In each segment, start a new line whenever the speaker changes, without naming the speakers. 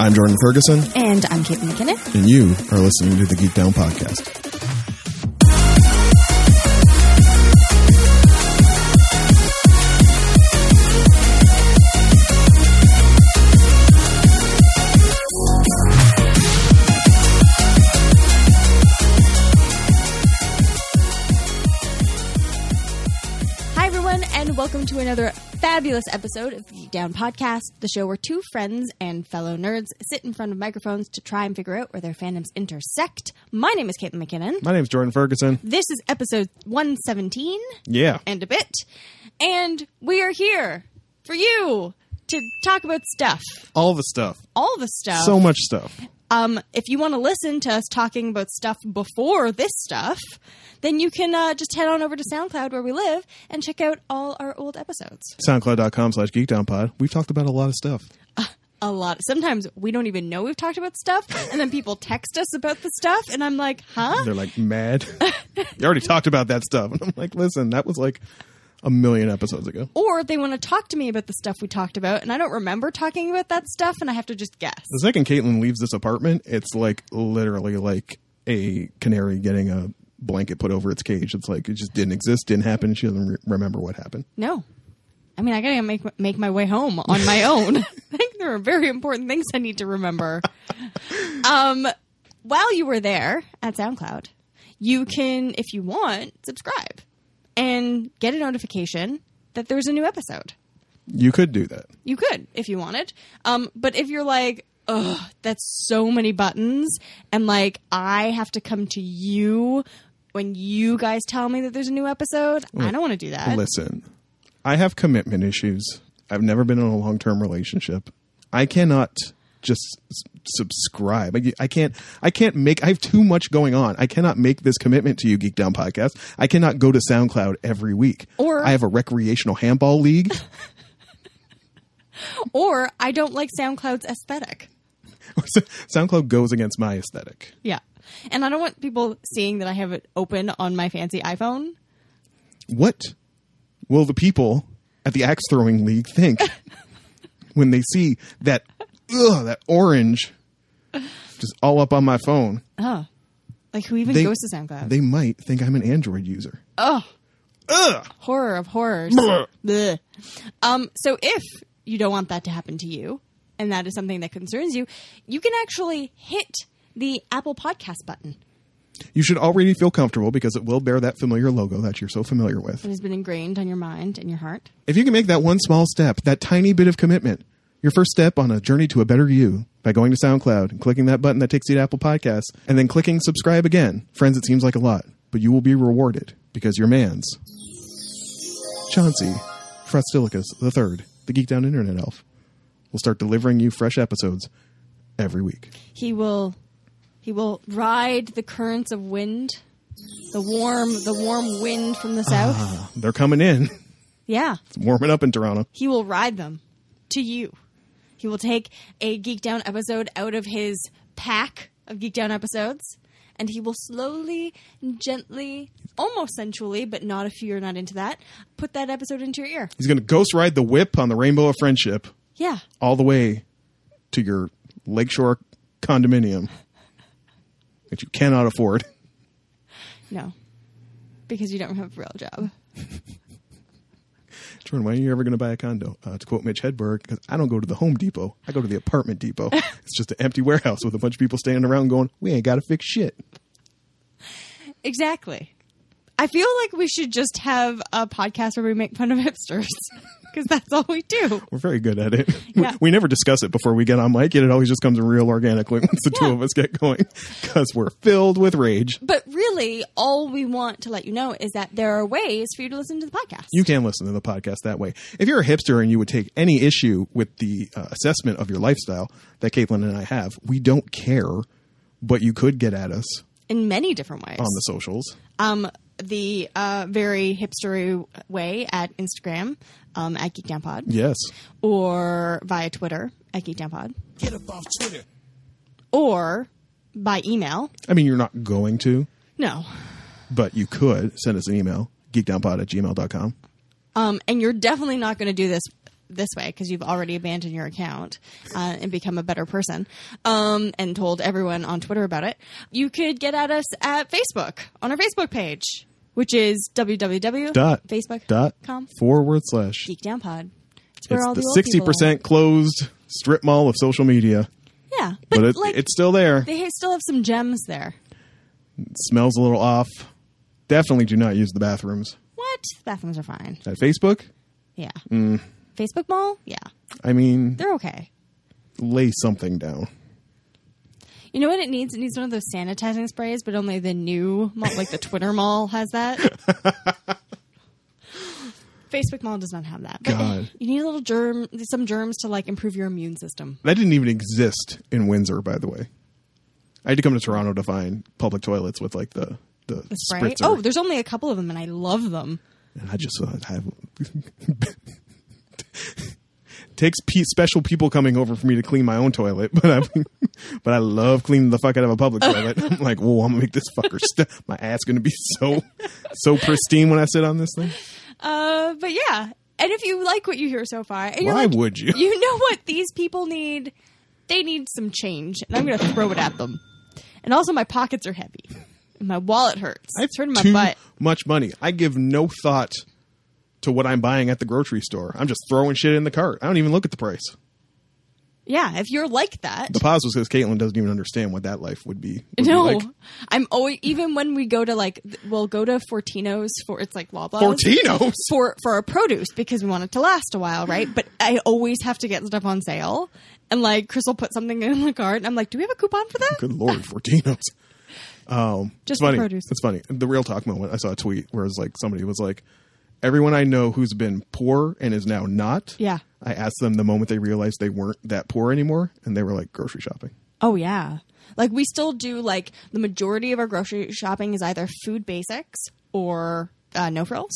I'm Jordan Ferguson,
And I'm Kate McKinnon.
and you are listening to the Geek Down Podcast.
Hi, everyone, and welcome to another fabulous episode of the Geek Down Podcast, the show where two friends and fellow nerds sit in front of microphones to try and figure out where their fandoms intersect. My name is Caitlin McKinnon.
My name's Jordan Ferguson.
This is episode 117
Yeah.
and a bit, and we are here for you to talk about stuff,
All the stuff.
all the stuff.
So much stuff.
Um, if you want to listen to us talking about stuff before this stuff, then you can uh, just head on over to SoundCloud where we live and check out all our old episodes.
SoundCloud.com slash geekdownpod. We've talked about a lot of stuff.
A lot. Sometimes we don't even know we've talked about stuff, and then people text us about the stuff, and I'm like, huh?
They're like mad. you already talked about that stuff. And I'm like, listen, that was like a million episodes ago.
Or they want to talk to me about the stuff we talked about, and I don't remember talking about that stuff, and I have to just guess.
The second Caitlin leaves this apartment, it's like literally like a canary getting a blanket put over its cage. It's like it just didn't exist, didn't happen. She doesn't re- remember what happened.
No. I mean, I gotta make make my way home on my own. I think there are very important things I need to remember. um, while you were there at SoundCloud, you can, if you want, subscribe and get a notification that there's a new episode.
You could do that.
You could if you wanted. Um, but if you're like, ugh, that's so many buttons, and like I have to come to you when you guys tell me that there's a new episode, I don't want to do that.
Listen, I have commitment issues. I've never been in a long term relationship. I cannot just s- subscribe. I, I can't. I can't make. I have too much going on. I cannot make this commitment to you, Geek Down Podcast. I cannot go to SoundCloud every week.
Or-
I have a recreational handball league.
or I don't like SoundCloud's aesthetic.
SoundCloud goes against my aesthetic.
Yeah. And I don't want people seeing that I have it open on my fancy iPhone.
What will the people at the axe throwing league think when they see that? Ugh, that orange, just all up on my phone.
Oh. Like who even goes to SoundCloud?
They might think I'm an Android user.
Horror of horrors.
Brr.
Bleh. Um so if you don't want that to happen to you and that is something that concerns you, you can actually hit the Apple Podcast button.
You should already feel comfortable because it will bear that familiar logo that you're so familiar
It
with.
has been ingrained on your mind and your heart.
If you can make that one small step, that tiny bit of commitment, your first step on a journey to a better you by going to SoundCloud and clicking that button that takes you to Apple Podcasts and then clicking subscribe again. Friends, it seems like a lot, but you will be rewarded because your man's Chauncey Frostilicus III, the Geek Down Internet Elf, will start delivering you fresh episodes every week.
He will he will ride the currents of wind. The warm the warm wind from the south.
Uh, They're coming in.
Yeah.
warming up in Toronto.
he will ride them to you. He will take a Geek Down episode out of his pack of Geek Down episodes, and he will slowly, gently, almost sensually, but not if you're not into that, put that episode into your ear.
He's going to ghost ride the whip on the Rainbow of Friendship
Yeah.
all the way to your lakeshore condominium that you cannot afford.
No. Because you don't have a real job.
Jordan, when are you ever going to buy a condo? Uh, to quote Mitch Hedberg, because I don't go to the Home Depot. I go to the apartment depot. it's just an empty warehouse with a bunch of people standing around going, we ain't got to fix shit.
Exactly. I feel like we should just have a podcast where we make fun of hipsters because that's all we do.
We're very good at it.
Yeah.
We, we never discuss it before we get on mic, and it always just comes real organically once the two
Yeah.
of us get going because we're filled with rage.
But really, all we want to let you know is that there are ways for you to listen to the podcast.
you can listen to the podcast that way. If you're a hipster and you would take any issue with the uh, assessment of your lifestyle that Caitlin and I have, we don't care, but you could get at us
in many different ways.
on the socials.
um, the uh, very hipstery way at Instagram um, at GeekdownPod
Yes.
or via Twitter at GeekdownPod
Get up off Twitter.
or by email.
I mean, you're not going to,
No.
but you could send us an email, geekdownpod at gmail.com.
Um, and you're definitely not going to do this this way because you've already abandoned your account uh, and become a better person um, and told everyone on Twitter about it, you could get at us at Facebook on our Facebook page, which is
Dot.
www.facebook.com
Dot forward slash.
Geek Down Pod. It's, where
It's
all
the
old
sixty
people are.
percent closed strip mall of social media,
Yeah, but,
but it,
like
it's still there.
they ha- still have some gems there.
It smells a little off. Definitely do not use the bathrooms
What bathrooms are fine?
at Facebook.
Yeah,
Mm.
Facebook Mall. Yeah,
I mean,
they're okay.
lay something down.
You know what it needs? It needs one of those sanitizing sprays, but only the new mall, like the Twitter mall has that. Facebook mall does not have that. But
God.
you need a little germ, some germs to like improve your immune system.
That didn't even exist in Windsor, by the way. I had to come to Toronto to find public toilets with like the the,
Spray.
spritzer.
Oh, there's only a couple of them, and I love them.
and I just uh, have takes pe- special people coming over for me to clean my own toilet, but I but I love cleaning the fuck out of a public toilet. I'm like, whoa, I'm gonna make this fucker. St- my ass gonna be so so pristine when I sit on this thing.
Uh, but yeah, and if you like what you hear so far, and you're
Why
like,
would you?
you know what these people need? They need some change, and I'm going to throw it at them. And also, my pockets are heavy, and my wallet hurts.
I have
it's hurting my
too
butt.
much money. I give no thought to what I'm buying at the grocery store. I'm just throwing shit in the cart. I don't even look at the price.
Yeah, if you're like that,
The pause was because Caitlin doesn't even understand what that life would be. would be
no,
like.
I'm always even when we go to like th- we'll go to Fortino's for it's like Loblaws.
Fortinos.
for for our produce because we want it to last a while, right? But I always have to get stuff on sale, and like Chris will put something in the cart, and I'm like, "Do we have a coupon for that?"
Good lord, Fortinos.
Just
it's funny.
for produce.
It's funny. The real talk moment. I saw a tweet where it's like somebody was like, "Everyone I know who's been poor and is now not."
Yeah.
I asked them the moment they realized they weren't that poor anymore, and they were like grocery shopping.
Oh yeah. Like we still do like the majority of our grocery shopping is either food basics or uh, no frills.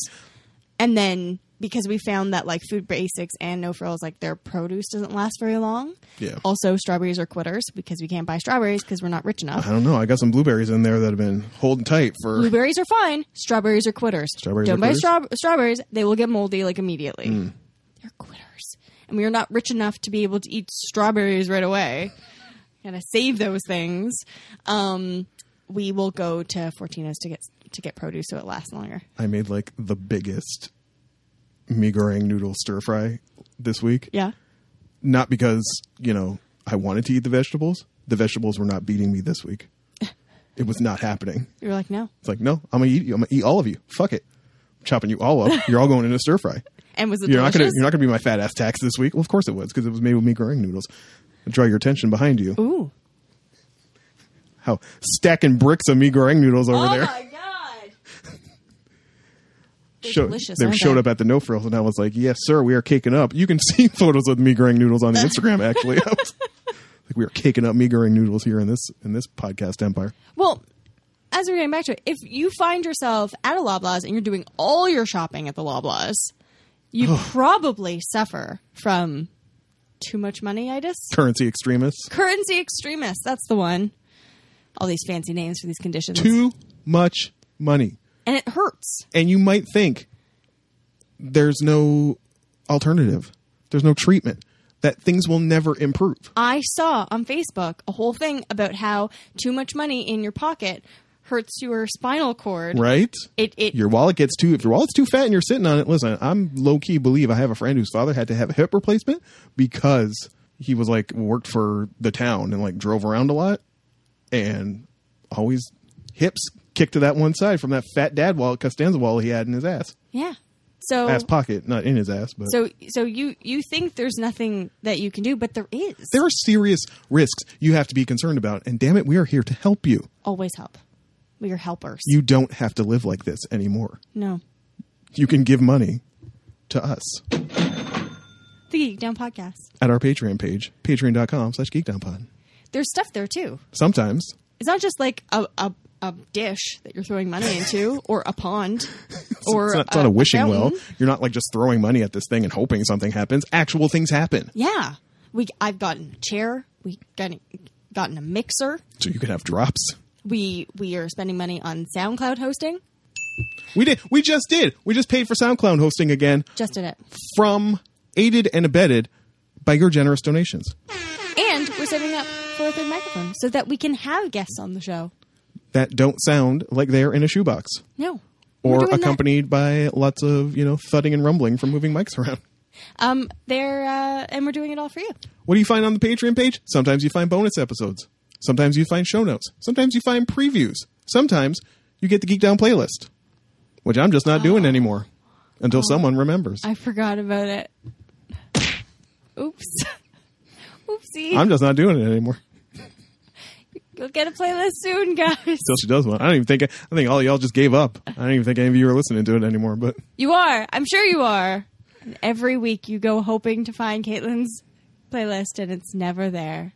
And then because we found that like food basics and no frills like their produce doesn't last very long.
Yeah.
Also strawberries are quitters because we can't buy strawberries because we're not rich enough.
I don't know. I got some blueberries in there that have been holding tight for.
Blueberries are fine. Strawberries are quitters.
Strawberries
Don't
are
buy
quitters? Hmm.
straw- strawberries; they will get moldy like immediately. They're quitters, and we are not rich enough to be able to eat strawberries right away. Gotta save those things. Um, we will go to Fortina's to get to get produce so it lasts longer.
I made like the biggest mee goreng noodle stir fry this week.
Yeah,
Not because you know I wanted to eat the vegetables. The vegetables were not beating me this week. it was not happening.
you were like, no,
It's like, no, I'm gonna eat you. I'm gonna eat all of you. Fuck it. I'm chopping you all up. You're all going in a stir fry.
and was it
You're not gonna
delicious?
you're not gonna be my fat ass tax this week. Well, of course it was because it was made with me growing noodles. Draw your attention behind you.
Ooh,
How stacking bricks of me goreng noodles over
oh
there.
my god, They're
Show-
delicious.
they've
aren't
showed
they?
up at the no frills, and I was like, "Yes, sir, we are caking up." You can see photos of me goreng noodles on the Instagram. Actually, I was like, we are caking up me goreng noodles here in this in this podcast empire.
Well, as we're getting back to it, if you find yourself at a Loblaws and you're doing all your shopping at the Loblaws, you probably suffer from too much money itis.
Currency extremists.
Currency extremists, that's the one. All these fancy names for these conditions.
Too much money.
and it hurts.
and you might think there's no alternative there's no treatment that things will never improve
I saw on Facebook a whole thing about how too much money in your pocket hurts your spinal cord.
right
It it
your wallet gets too if your wallet's too fat and you're sitting on it listen i'm low-key believe i have a friend whose father had to have a hip replacement because he was like worked for the town and like drove around a lot and always hips kicked to that one side from that fat dad wallet costanza wallet he had in his ass
yeah. So
ass pocket not in his ass but
Oh. so so you you think there's nothing that you can do, but there is.
there are serious risks you have to be concerned about and damn it we are here to help you
always help. We are helpers.
you don't have to live like this anymore
no.
you can give money to us
The Geek Down Podcast.
at our patreon page patreon.com slash geekdownpod
There's stuff there too.
sometimes
It's not just like a, a, a dish that you're throwing money into or a pond or
it's not, it's not a wishing well
fountain.
you're not like just throwing money at this thing and hoping something happens actual things happen
Yeah. We I've gotten a chair. We gotten gotten a mixer.
so you can have drops
We we are spending money on SoundCloud hosting.
we did we just did we just paid for soundcloud hosting again
Just did it.
from aided and abetted by your generous donations.
And we're saving up for a third microphone so that we can have guests on the show.
That don't sound like they are in a shoebox
No. We're
or
doing that.
accompanied by lots of you know thudding and rumbling from moving mics around.
Um, they're, uh, and we're doing it all for you.
What do you find on the Patreon page? Sometimes you find bonus episodes. Sometimes you find show notes. Sometimes you find previews. Sometimes you get the Geek Down playlist, which I'm just not doing anymore until someone remembers.
Oh. I forgot about it. Oops. Oopsie.
I'm just not doing it anymore.
You'll get a playlist soon, guys.
Still, she does one. I don't even think. I think all y'all just gave up. I don't even think any of you are listening to it anymore. But
You are. I'm sure you are. And every week you go hoping to find Caitlin's playlist and it's never there.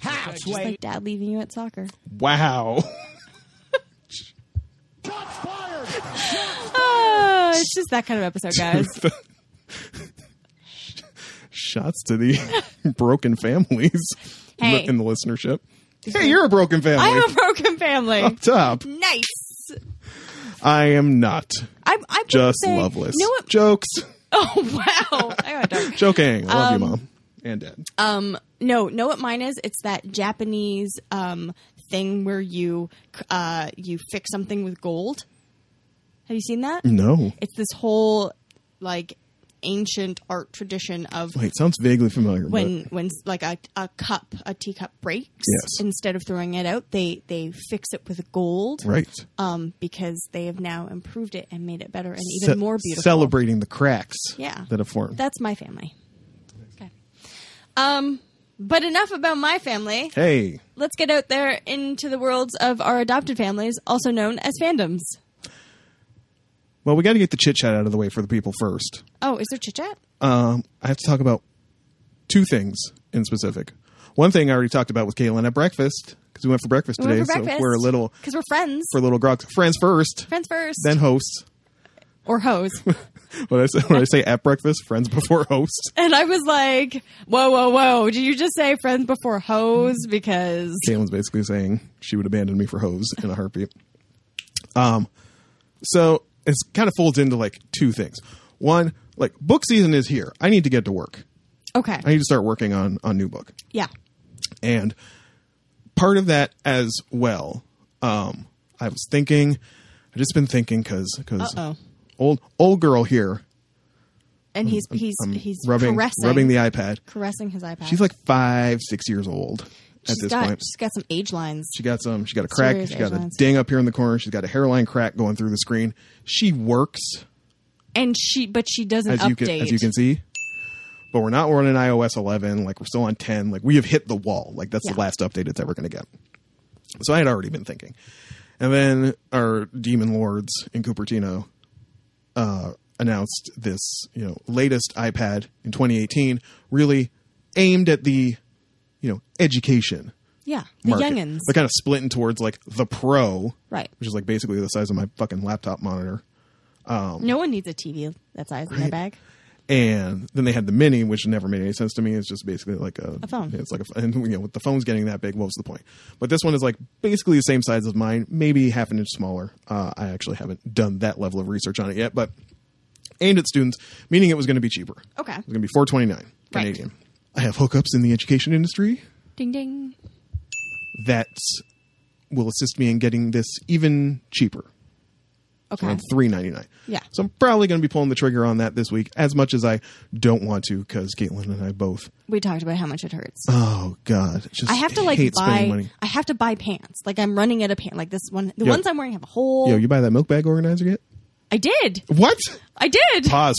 Just like dad leaving you at soccer.
wow, Ah,
Oh, it's just that kind of episode, guys.
shots to the broken families in the-
Hey.
in the listenership. Hey, you're a broken family.
I'm a broken family.
Up top,
Nice.
I am not.
I'm, I'm
Just
say,
loveless.
You know what?
Jokes.
Oh wow. I got dark.
Joking. I love you, mom and dad.
Um, no, know what mine is? It's that Japanese um thing where you uh you fix something with gold. Have you seen that?
no.
It's this whole like ancient art tradition of
Wait, sounds vaguely familiar. but-
when when like a, a cup a teacup breaks
Yes.
instead of throwing it out they they fix it with gold
right.
um because they have now improved it and made it better and
Ce-
even more beautiful
Celebrating the cracks
Yeah.
that have formed.
that's my family okay um but enough about my family
hey,
let's get out there into the worlds of our adopted families, also known as fandoms.
well, we got to get the chit chat out of the way for the people first.
Oh, is there chit chat?
Um, I have to talk about two things in specific. One thing I already talked about with Caitlin at breakfast because we went for breakfast
We went
today,
for breakfast.
so we're a little
because we're friends.
for little grog friends first,
friends first,
then hosts.
or hoes.
When I say when I say at breakfast, friends before host.
and I was like, "Whoa, whoa, whoa! Did you just say friends before hoes?" Because
Caitlin's basically saying she would abandon me for hose in a heartbeat. Um, so it kind of folds into like two things. One, like book season is here. I need to get to work.
okay,
I need to start working on on new book.
yeah,
And part of that as well, um, I was thinking, I've just been thinking because
Uh-oh.
old old girl here
and he's he's he's
rubbing
caressing
rubbing the iPad.
caressing his iPad.
She's like five six years old at
She's
this
got,
point.
She's got some age lines.
She got some. She got a crack.
Serious
She got a
outlines.
ding up here in the corner. She's got a hairline crack going through the screen. She works
and she, but she doesn't
as
update.
you can as you can see. But we're not. We're on an iOS 11. Like we're still on 10. Like we have hit the wall. Like that's
Yeah.
the last update it's ever going to get. So I had already been thinking. And then our demon lords in Cupertino uh, announced this, you know, latest iPad in 2018, really aimed at the, you know, education
yeah, the
market.
youngins.
They're kind of splitting towards like the pro,
Right.
Which is like basically the size of my fucking laptop monitor.
No one needs a TV that size in their bag.
And then they had the mini, which never made any sense to me. It's just basically like a,
A phone.
It's like a, and you know, with the phones getting that big, what was the point? But this one is like basically the same size as mine, maybe half an inch smaller. Uh, I actually haven't done that level of research on it yet, but aimed at students, meaning it was going to be cheaper.
Okay.
It's going to be four twenty nine
Right.
Canadian. I have hookups in the education industry.
Ding ding.
that will assist me in getting this even cheaper
Okay.
around three ninety nine.
Yeah.
So I'm probably going to be pulling the trigger on that this week, as much as I don't want to, because Caitlin and I both.
we talked about how much it hurts.
Oh God, just
I have to like
hate
buy.
spending money.
I have to buy pants. Like I'm running out of pants. Like this one, the
Yo.
ones I'm wearing have a hole.
Yo, you buy that milk bag organizer yet?
I did.
What?
I did.
Pause.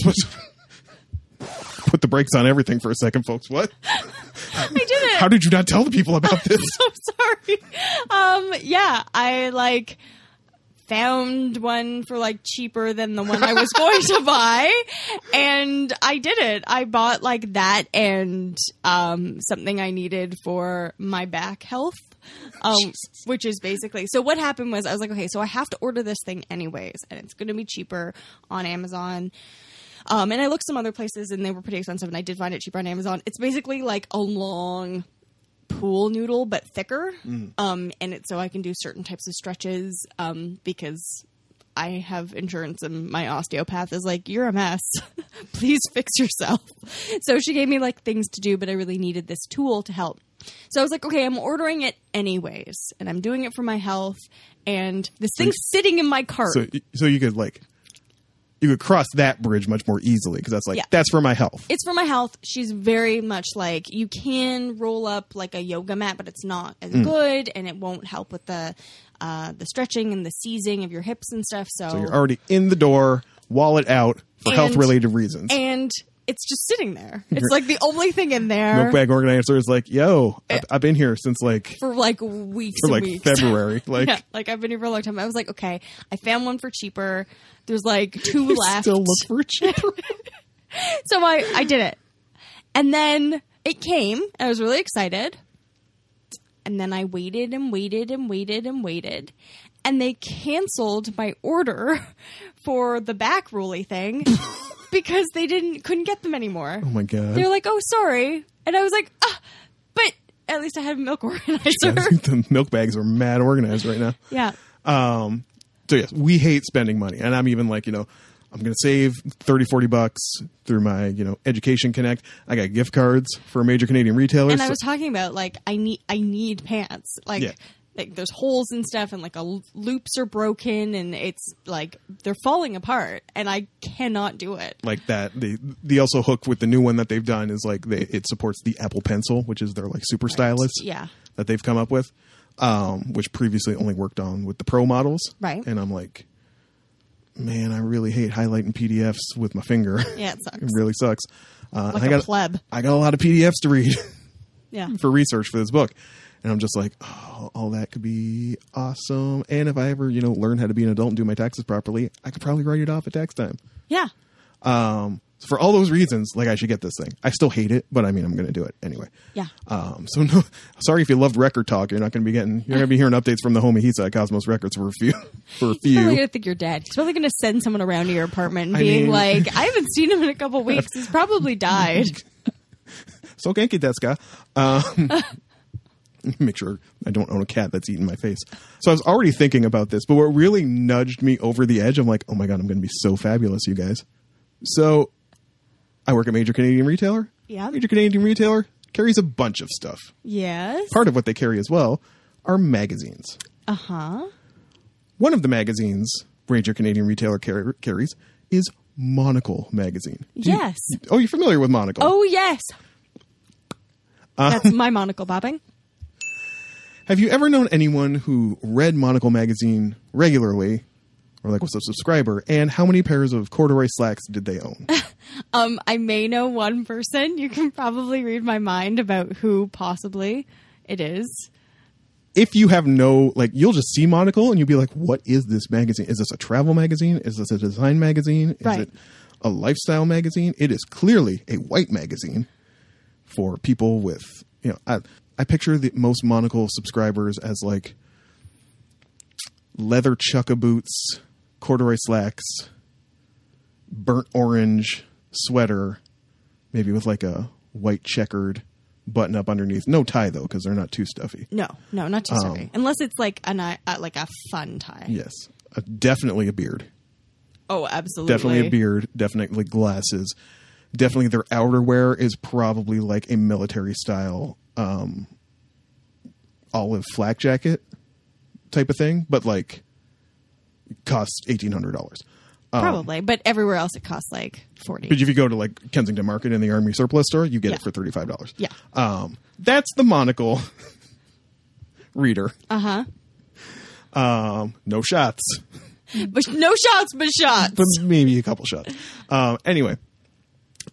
Put the brakes on everything for a second, folks. What?
I did it.
How did you not tell the people about this?
I'm sorry. Um. Yeah. I like found one for like cheaper than the one I was going to buy, and I did it. I bought like that and um something I needed for my back health. Um, which is basically so. What happened was I was like, okay, so I have to order this thing anyways, and it's going to be cheaper on Amazon. Um, and I looked some other places, and they were pretty expensive, and I did find it cheaper on Amazon. It's basically like a long pool noodle, but thicker. Um, and it, so I can do certain types of stretches um, because I have insurance and my osteopath is like, you're a mess. Please fix yourself. So she gave me like things to do, but I really needed this tool to help. So I was like, okay, I'm ordering it anyways, and I'm doing it for my health. And this thing's sitting in my cart.
So so you could like you could cross that bridge much more easily because that's like
Yeah.
that's for my health.
it's for my health. She's very much like you can roll up like a yoga mat, but it's not as
Mm.
good, and it won't help with the uh, the stretching and the seizing of your hips and stuff. So,
So you're already in the door, wallet out for
And-
health related reasons.
and it's just sitting there. It's like the only thing in there
Milk bag organizer is like, yo, I've, I've been here since like
Eh, for like weeks
for like
and weeks.
February. Like
yeah, like I've been here for a long time. I was like, okay, I found one for cheaper. There's like two left.
still look for a cheaper.
so I, I did it. And then it came. I was really excited. And then I waited and waited and waited and waited. And they canceled my order for the back rolly thing because they didn't couldn't get them anymore.
oh my god.
They're like, "Oh, sorry." And I was like, ah, "But at least I had a milk organizer."
the milk bags are mad organized right now.
yeah.
so yes, we hate spending money. And I'm even like, you know, I'm going to save 30, 40 bucks through my, you know, education connect. I got gift cards for major Canadian retailers.
and I was talking about like I need I need pants. Like
Yeah.
like there's holes and stuff, and like a l- loops are broken, and it's like they're falling apart, and I cannot do it.
like that. The, the also hook with the new one that they've done is like they, it supports the Apple Pencil, which is their like super stylus
Yeah.
that they've come up with, um, which previously only worked on with the Pro models.
Right.
And I'm like, man, I really hate highlighting PDFs with my finger.
Yeah, it sucks.
it really sucks. Uh,
Like
I
a
got
pleb.
I got a lot of PDFs to read.
Yeah,
for research for this book. And I'm just like, oh, all that could be awesome. And if I ever, you know, learn how to be an adult and do my taxes properly, I could probably write it off at tax time.
yeah,
So for all those reasons, like I should get this thing. I still hate it, but I mean, I'm going to do it anyway.
yeah.
Um, so no, sorry if you loved record talk, you're not going to be getting, you're going to be hearing updates from the homie Hisa at Cosmos Records for a few, for a
He's probably
few.
gonna think you're dead. He's probably gonna send someone around to your apartment and
I
being
mean-
like, "I haven't seen him in a couple weeks. He's probably died."
So genki deska. Um, make sure I don't own a cat that's eating my face. So I was already thinking about this, but what really nudged me over the edge, I'm like, oh my god, I'm going to be so fabulous, you guys. So I work at major Canadian retailer.
Yeah.
major Canadian retailer carries a bunch of stuff.
yes.
Part of what they carry as well are magazines.
Uh huh.
One of the magazines major Canadian retailer carri- carries is Monocle magazine. Do you-
Yes.
oh, you're familiar with Monocle?
Oh yes. That's my monocle bobbing.
Have you ever known anyone who read Monocle magazine regularly, or like was a subscriber, and how many pairs of corduroy slacks did they own?
Um, I may know one person. You can probably read my mind about who possibly it is.
if you have no, like, you'll just see Monocle and you'll be like, "What is this magazine? Is this a travel magazine? Is this a design magazine? Is
Right.
it a lifestyle magazine? It is clearly a white magazine for people with, you know, I, I picture the most Monocle subscribers as like leather chukka boots, corduroy slacks, burnt orange sweater, maybe with like a white checkered button up underneath. No tie though, because they're not too stuffy.
No, no, not
Oh.
too sorry. Unless it's like an uh, uh, like a fun tie.
Yes, uh, definitely a beard.
Oh, absolutely.
Definitely a beard. Definitely glasses. Definitely their outerwear is probably like a military style um, olive flak jacket type of thing, but like costs eighteen hundred dollars.
Probably, but everywhere else it costs like forty.
um, But if you go to like Kensington Market in the Army Surplus Store, you get
Yeah.
it for thirty five dollars.
Yeah.
um, that's the monocle reader.
Uh huh.
Um, no shots.
But no shots, but shots.
but maybe a couple shots. Um, anyway,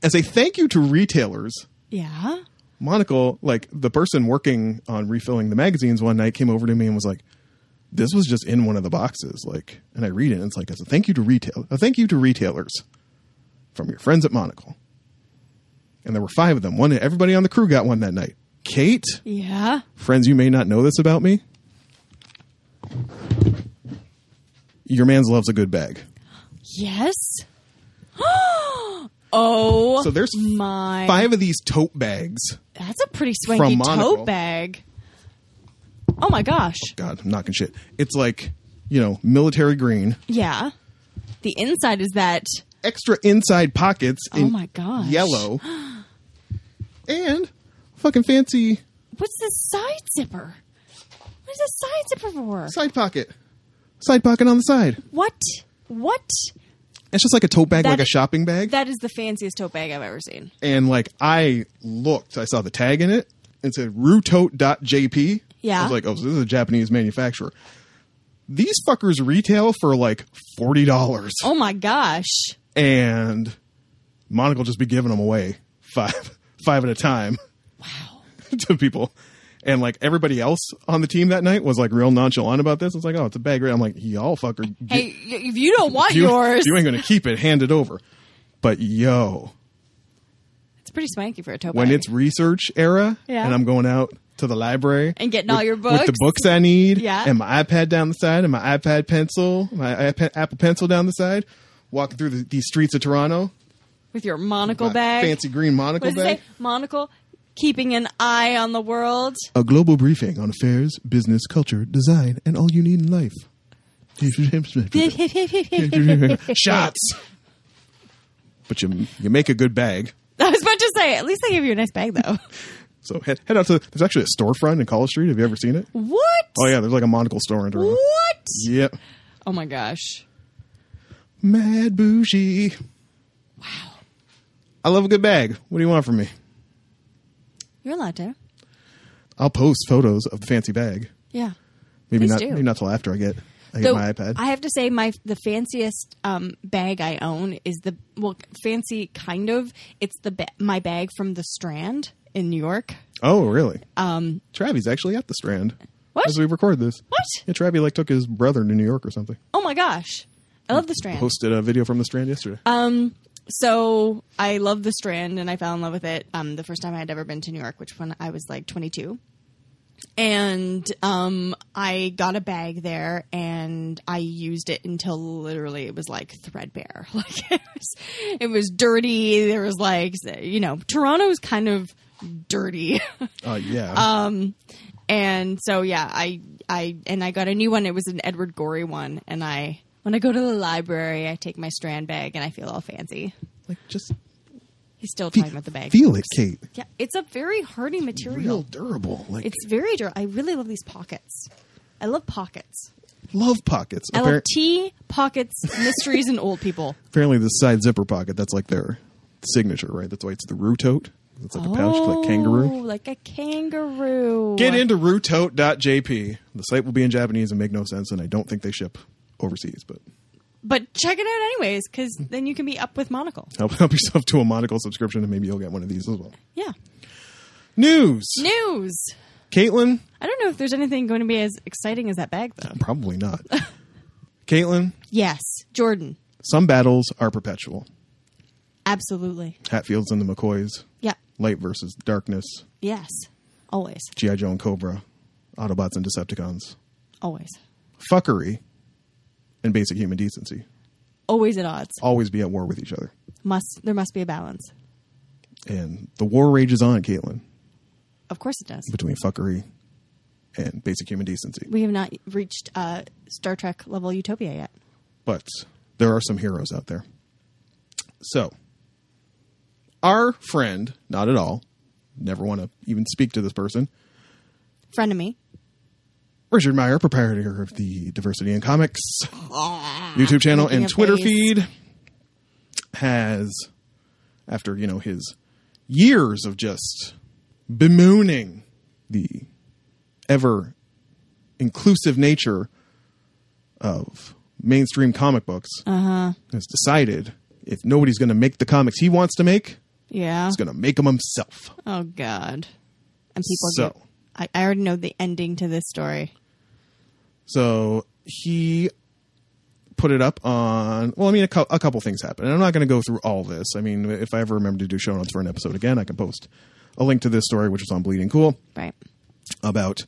as a thank you to retailers,
yeah.
Monocle, like the person working on refilling the magazines one night, came over to me and was like, "This was just in one of the boxes." Like, and I read it, and it's like, "As a thank you to retail, a thank you to retailers from your friends at Monocle." And there were five of them. One, everybody on the crew got one that night. Kate,
Yeah.
friends, you may not know this about me. Your man's loves a good bag.
Yes. oh.
So there's
my.
Five of these tote bags
That's a pretty swanky
From Monocle.
tote bag. Oh my gosh.
God, I'm knocking shit. It's like, you know, military green,
Yeah. The inside is that.
Extra inside pockets in
oh my gosh.
yellow, and fucking fancy
What's this side zipper? What is this side zipper for?
side pocket, side pocket on the side.
What? What?
It's just like a tote bag,
That-
like a shopping bag.
That is the fanciest tote bag I've ever seen.
and like I looked, I saw the tag in it and said rutote.jp.
Yeah.
I was like, oh, so this is a Japanese manufacturer. These fuckers retail for like forty dollars,
Oh my gosh.
and Monica will just be giving them away five five at a time. Wow. to people, and like everybody else on the team that night was like real nonchalant about this. It's like, oh, it's a bag. right? I'm like, y'all fucker. get-
Hey, y- if you don't want
you,
yours,
you ain't gonna keep it. Hand it over. But yo,
it's pretty swanky for a tote
when
bag.
it's research era
Yeah.
and I'm going out to the library
And getting
with-
all your
with the
books.
books I need
Yeah.
and my iPad down the side and my iPad pencil, my iPad, Apple pencil down the side, walking through the, these streets of Toronto,
with your monocle
my
bag,
fancy green monocle
What does
bag,
it say? Monocle, keeping an eye on the world.
a global briefing on affairs, business, culture, design, and all you need in life. Shots. But you you make a good bag.
I was about to say, at least they gave you a nice bag, though.
So head, head out to there's actually a storefront in College Street. Have you ever seen it?
what?
Oh yeah, there's like a monocle store in Toronto.
What?
Yep.
Oh my gosh.
Mad bougie. Wow. I love a good bag. What do you want from me?
You're allowed to.
I'll post photos of the fancy bag.
Yeah.
Maybe
Please
not.
do.
Maybe not till after I get I
Though,
get my iPad.
I have to say, my the fanciest um, bag I own is the well, fancy kind of. It's the ba- my bag from the Strand in New York.
oh, really?
Um,
Travi's actually at the Strand.
What?
As we record this.
What?
Yeah, Travi like took his brother to New York or something.
oh my gosh, I love the Strand.
Posted a video from the Strand yesterday.
Uh, so I love the Strand, and I fell in love with it um, the first time I had ever been to New York, which when I was like 22. And um, I got a bag there, and I used it until literally it was like threadbare. Like it was, it was dirty. There was like you know, Toronto's kind of dirty.
Oh yeah.
uh, Um, and so yeah i i and i got a new one it was an edward gorey one and i when i go to the library i take my strand bag and i feel all fancy
like just
he's still talking about the bag
feel it, Kate.
yeah it's a very hardy material
Real durable. Like
it's very durable i really love these pockets i love pockets
love pockets.
i love
Appar-
tea pockets mysteries and old people
apparently the side zipper pocket, that's like their signature, right? That's why it's the Roo tote. It's like a pouch like kangaroo.
Oh, like a kangaroo
Get into rootote.jp. The site will be in Japanese and make no sense, and I don't think they ship overseas, but
but check it out anyways because then you can be up with monocle
help, help yourself to a monocle subscription and maybe you'll get one of these as well.
yeah
News!
news
Caitlin?
I don't know if there's anything going to be as exciting as that bag, though.
Probably not. Caitlin,
Yes, Jordan.
some battles are perpetual.
Absolutely.
Hatfields and the McCoys,
Yeah.
Light versus Darkness,
Yes. Always.
G.I. Joe and Cobra, Autobots and Decepticons,
Always.
Fuckery, and Basic Human Decency.
Always at odds.
Always be at war with each other.
Must there must be a balance.
And the war rages on, Caitlin,
Of course it does.
between fuckery and basic human decency.
We have not reached uh, Star Trek level utopia yet.
but there are some heroes out there. So, our friend, not at all, never want to even speak to this person,
Friend of me.
Richard Meyer, proprietor of the Diversity in Comics YouTube channel
making
and
a
Twitter
face.
feed, has, after, you know, his years of just bemoaning the ever inclusive nature of mainstream comic books, has decided if nobody's going to make the comics he wants to make,
Yeah.
he's going to make them himself.
Oh God. And people.
So.
Get, I, I already know the ending to this story.
So he put it up on. Well, I mean, a, cou- a couple things happened. And I'm not going to go through all this. I mean, if I ever remember to do show notes for an episode again, I can post a link to this story, which is on Bleeding Cool,
Right.
about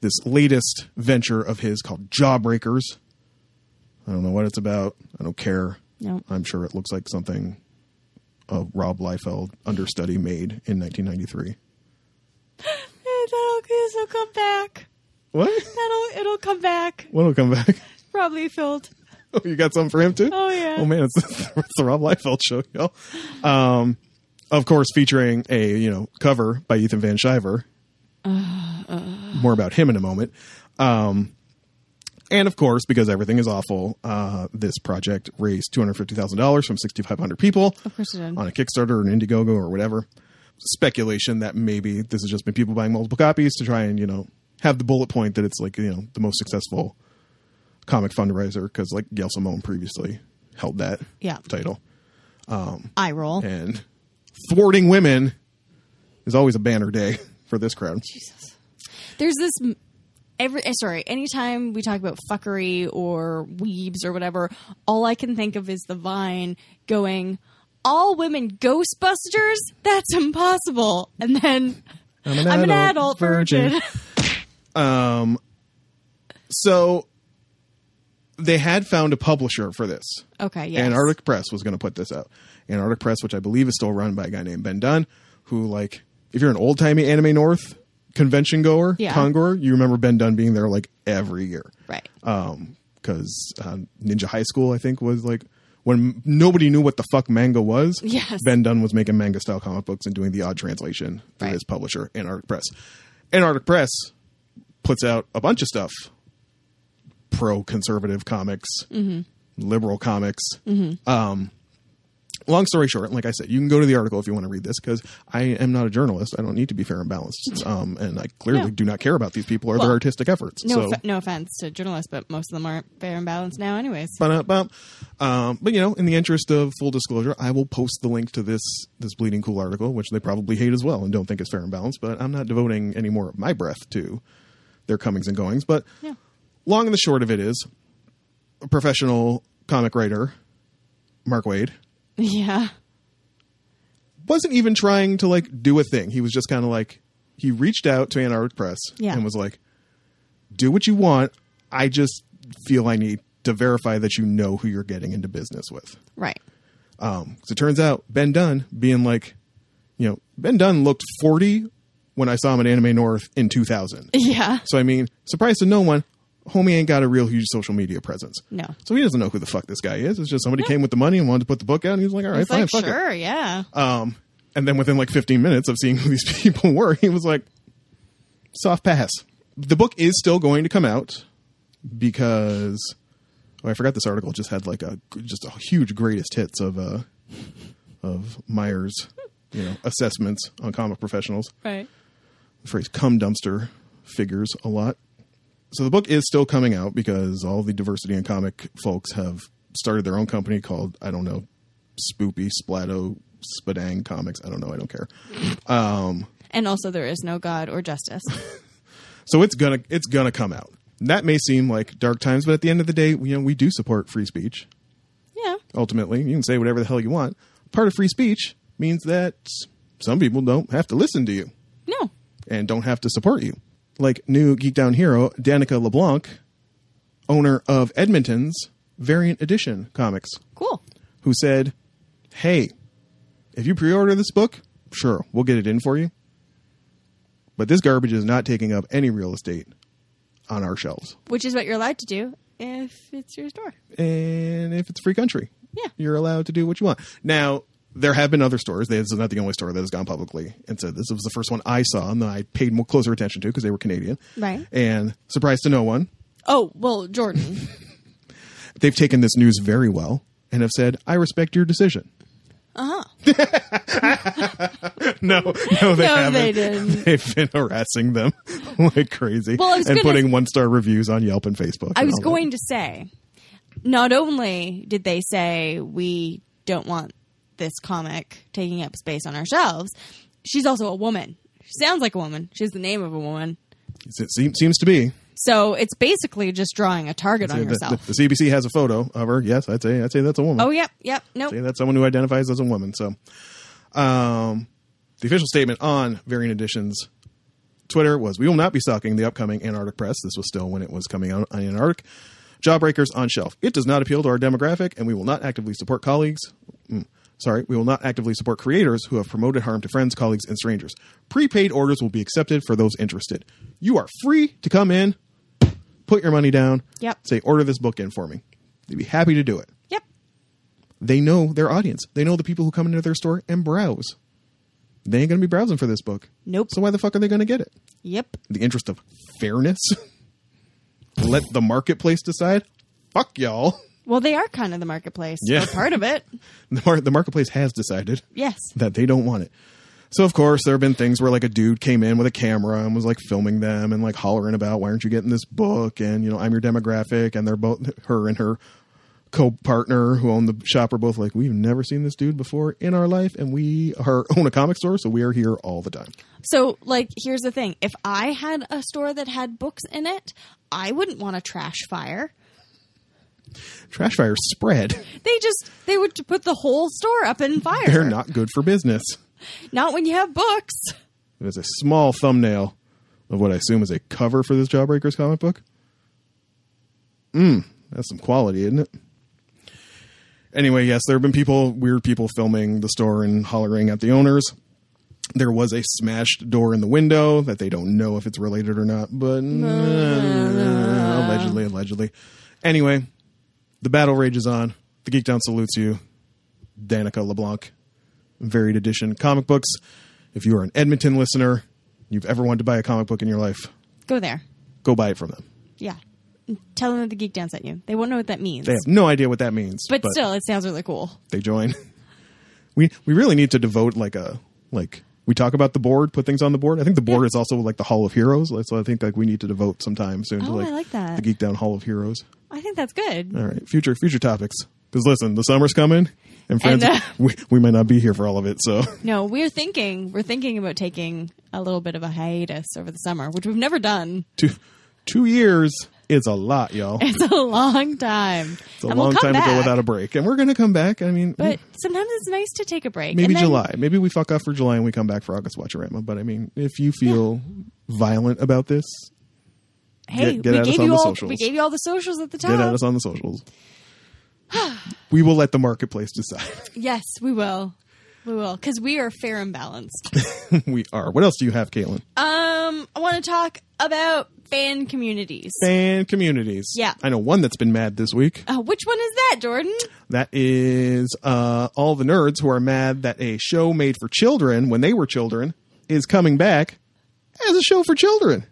this latest venture of his called Jawbreakers. I don't know what it's about. I don't care.
Nope.
I'm sure it looks like something a Rob Liefeld understudy made in 1993.
That'll, this'll come back.
What?
That'll it'll come back.
What'll come back?
Probably filled.
Oh, you got something for him too?
Oh, yeah.
Oh man, it's, it's the Rob Liefeld show, y'all. Um, of course, featuring a you know cover by Ethan Van Shiver.
Uh,
More about him in a moment. Um, and of course, because everything is awful, uh, this project raised two hundred fifty thousand dollars from sixty five hundred people
Of course it did.
on a Kickstarter or an Indiegogo or whatever. Speculation that maybe this has just been people buying multiple copies to try and you know have the bullet point that it's like you know the most successful comic fundraiser because like Gail Simone previously held that
Yeah.
title
Eye roll.
and thwarting women is always a banner day for this crowd.
There's this m- every eh, sorry. Anytime we talk about fuckery or weebs or whatever, all I can think of is the Vine going. All women Ghostbusters? That's impossible. And then
I'm an
I'm an adult virgin.
So they had found a publisher for this.
okay, yes.
Antarctic Press was going to put this out. Antarctic Press, which I believe is still run by a guy named Ben Dunn, who, like, if you're an old timey Anime North convention goer,
Yeah.
congoer, you remember Ben Dunn being there like every year.
Right.
Because um, Ninja High School, I think, was like when m- nobody knew what the fuck manga was.
Yes.
Ben Dunn was making manga style comic books and doing the odd translation through
Right.
his publisher, Antarctic Press. Antarctic Press puts out a bunch of stuff pro conservative comics,
Mm-hmm.
liberal comics. Um, long story short, like I said, you can go to the article if you want to read this because I am not a journalist. I don't need to be fair and balanced. Um, and I clearly
No.
do not care about these people or their
Well,
artistic efforts.
no,
so.
offe- no offense to journalists, but most of them aren't fair and balanced now, anyways.
Ba-da-bum. Um, but you know, in the interest of full disclosure, I will post the link to this this bleeding cool article, which they probably hate as well and don't think is fair and balanced. But I'm not devoting any more of my breath to their comings and goings. But
Yeah.
long and the short of it is, a professional comic writer, Mark Wade,
Yeah.
wasn't even trying to like do a thing. He was just kind of like he reached out to Antarctic Press
Yeah.
and was like, "Do what you want. I just feel I need." To verify that you know who you're getting into business with.
Right.
Um, 'cause it turns out Ben Dunn being like, you know, Ben Dunn looked 40 when I saw him at Anime North in 2000.
Yeah.
So, I mean, surprise to no one, homie ain't got a real huge social media presence.
No.
So he doesn't know who the fuck this guy is. It's just somebody came with the money and wanted to put the book out, and he was like, all right,
It's
fine,
like,
fuck it.
sure, yeah.
Um, and then within like 15 minutes of seeing who these people were, he was like, soft pass. The book is still going to come out because oh, I forgot this article just had like a just a huge greatest hits of uh of Myers, you know, assessments on comic professionals.
right.
The phrase "cum dumpster" figures a lot. So the book is still coming out because all the diversity and comic folks have started their own company called I don't know, Spoopy Splatto Spadang Comics. I don't know. I don't care.
And also, there is no God or justice.
So it's gonna it's gonna come out. That may seem like dark times, but at the end of the day, you know, we do support free speech.
yeah.
Ultimately, you can say whatever the hell you want. Part of free speech means that some people don't have to listen to you
No.
and don't have to support you. Like new Geek Down hero Danica LeBlanc, owner of Edmonton's Variant Edition Comics,
Cool.
who said, "Hey, if you pre-order this book, sure, we'll get it in for you. But this garbage is not taking up any real estate on our shelves."
Which is what you're allowed to do if it's your store.
and if it's a free country,
Yeah.
you're allowed to do what you want. Now, there have been other stores. This is not the only store that has gone publicly and said this was the first one I saw and that I paid more closer attention to because they were Canadian.
Right.
And surprise to no one,
Oh, well, Jordan.
they've taken this news very well and have said, "I respect your decision." Uh huh. no, no, they
Uh-huh. No,
haven't.
they didn't.
They've been harassing them like crazy
Well, I was
and
gonna-
putting one star reviews on Yelp and Facebook.
I
and
was
all that.
going to say, not only did they say we don't want this comic taking up space on our shelves, she's also a woman. She sounds like a woman. She has the name of a woman.
It seems, seems to be.
So it's basically just drawing a target on
Yeah, the-
yourself.
The, the CBC has a photo of her. Yes, I'd say I'd say that's a woman.
oh, yep, yep, nope.
Say that's someone who identifies as a woman. So, um, the official statement on Variant Editions Twitter was: "We will not be stocking the upcoming Antarctic Press. This was still when it was coming out on Antarctic. Jawbreakers on shelf. It does not appeal to our demographic, and we will not actively support colleagues. mm, sorry, we will not actively support creators who have promoted harm to friends, colleagues, and strangers. Prepaid orders will be accepted for those interested. You are free to come in, put your money down.
Yep.
Say order this book in for me. They'd be happy to do it.
Yep.
They know their audience. They know the people who come into their store and browse. They ain't going to be browsing for this book.
Nope.
So why the fuck are they going to get it?
Yep.
In the interest of fairness, let the marketplace decide. Fuck y'all.
Well, they are kind of the marketplace.
Yeah.
They're part of it.
The, mar- the marketplace has decided
Yes.
that they don't want it. So of course there have been things where like a dude came in with a camera and was like filming them and like hollering about why aren't you getting this book and you know I'm your demographic and they're both her and her co-partner who own the shop are both like we've never seen this dude before in our life and we are own a comic store so we are here all the time.
So, like, here's the thing if I had a store that had books in it, I wouldn't want a trash fire.
Trash fires spread.
They just, they would put the whole store up in fire.
They're not good for business.
Not when you have books.
There's a small thumbnail of what I assume is a cover for this Jawbreakers comic book. Mmm, that's some quality, isn't it? Anyway, yes, there have been people, weird people, filming the store and hollering at the owners. There was a smashed door in the window that they don't know if it's related or not, but allegedly, allegedly. Anyway, the battle rages on. The Geek Down salutes you, Danica LeBlanc varied edition comic books. If you are an Edmonton listener, you've ever wanted to buy a comic book in your life,
Go there.
go buy it from them.
Yeah. Tell them that the Geek Down sent you. They won't know what that means.
They have no idea what that means,
but, still, it sounds really cool.
they join. We we really need to devote like a like we talk about the board, put things on the board. I think the board is also like the Hall of Heroes, so I think like we need to devote some time soon to
Oh, I
like,
like that.
the Geek Down Hall of Heroes.
I think that's good.
All right, future future topics. Because listen, the summer's coming, and friends,
uh,
we, we might not be here for all of it. So
No, we're thinking, we're thinking about taking a little bit of a hiatus over the summer, which we've never done.
two two years is a lot, y'all.
It's a long time.
It's a long time to go without a break, and we're going to come back. I mean,
But sometimes it's nice to take a break.
maybe
And then-
July. Maybe we fuck off for July and we come back for August Watcherama. But I mean, if you feel violent about this,
Hey,
Get- get
we
at us
gave
on
you
the
all
socials.
we gave you all the socials at the
get at
top.
us on the socials. we will let the marketplace decide.
Yes, we will. We will because we are fair and balanced.
we are. What else do you have, Caitlin?
um, I want to talk about fan communities.
Fan communities.
Yeah.
I know one that's been mad this week.
Uh, which one is that, Jordan?
That is uh, all the nerds who are mad that a show made for children when they were children is coming back as a show for children.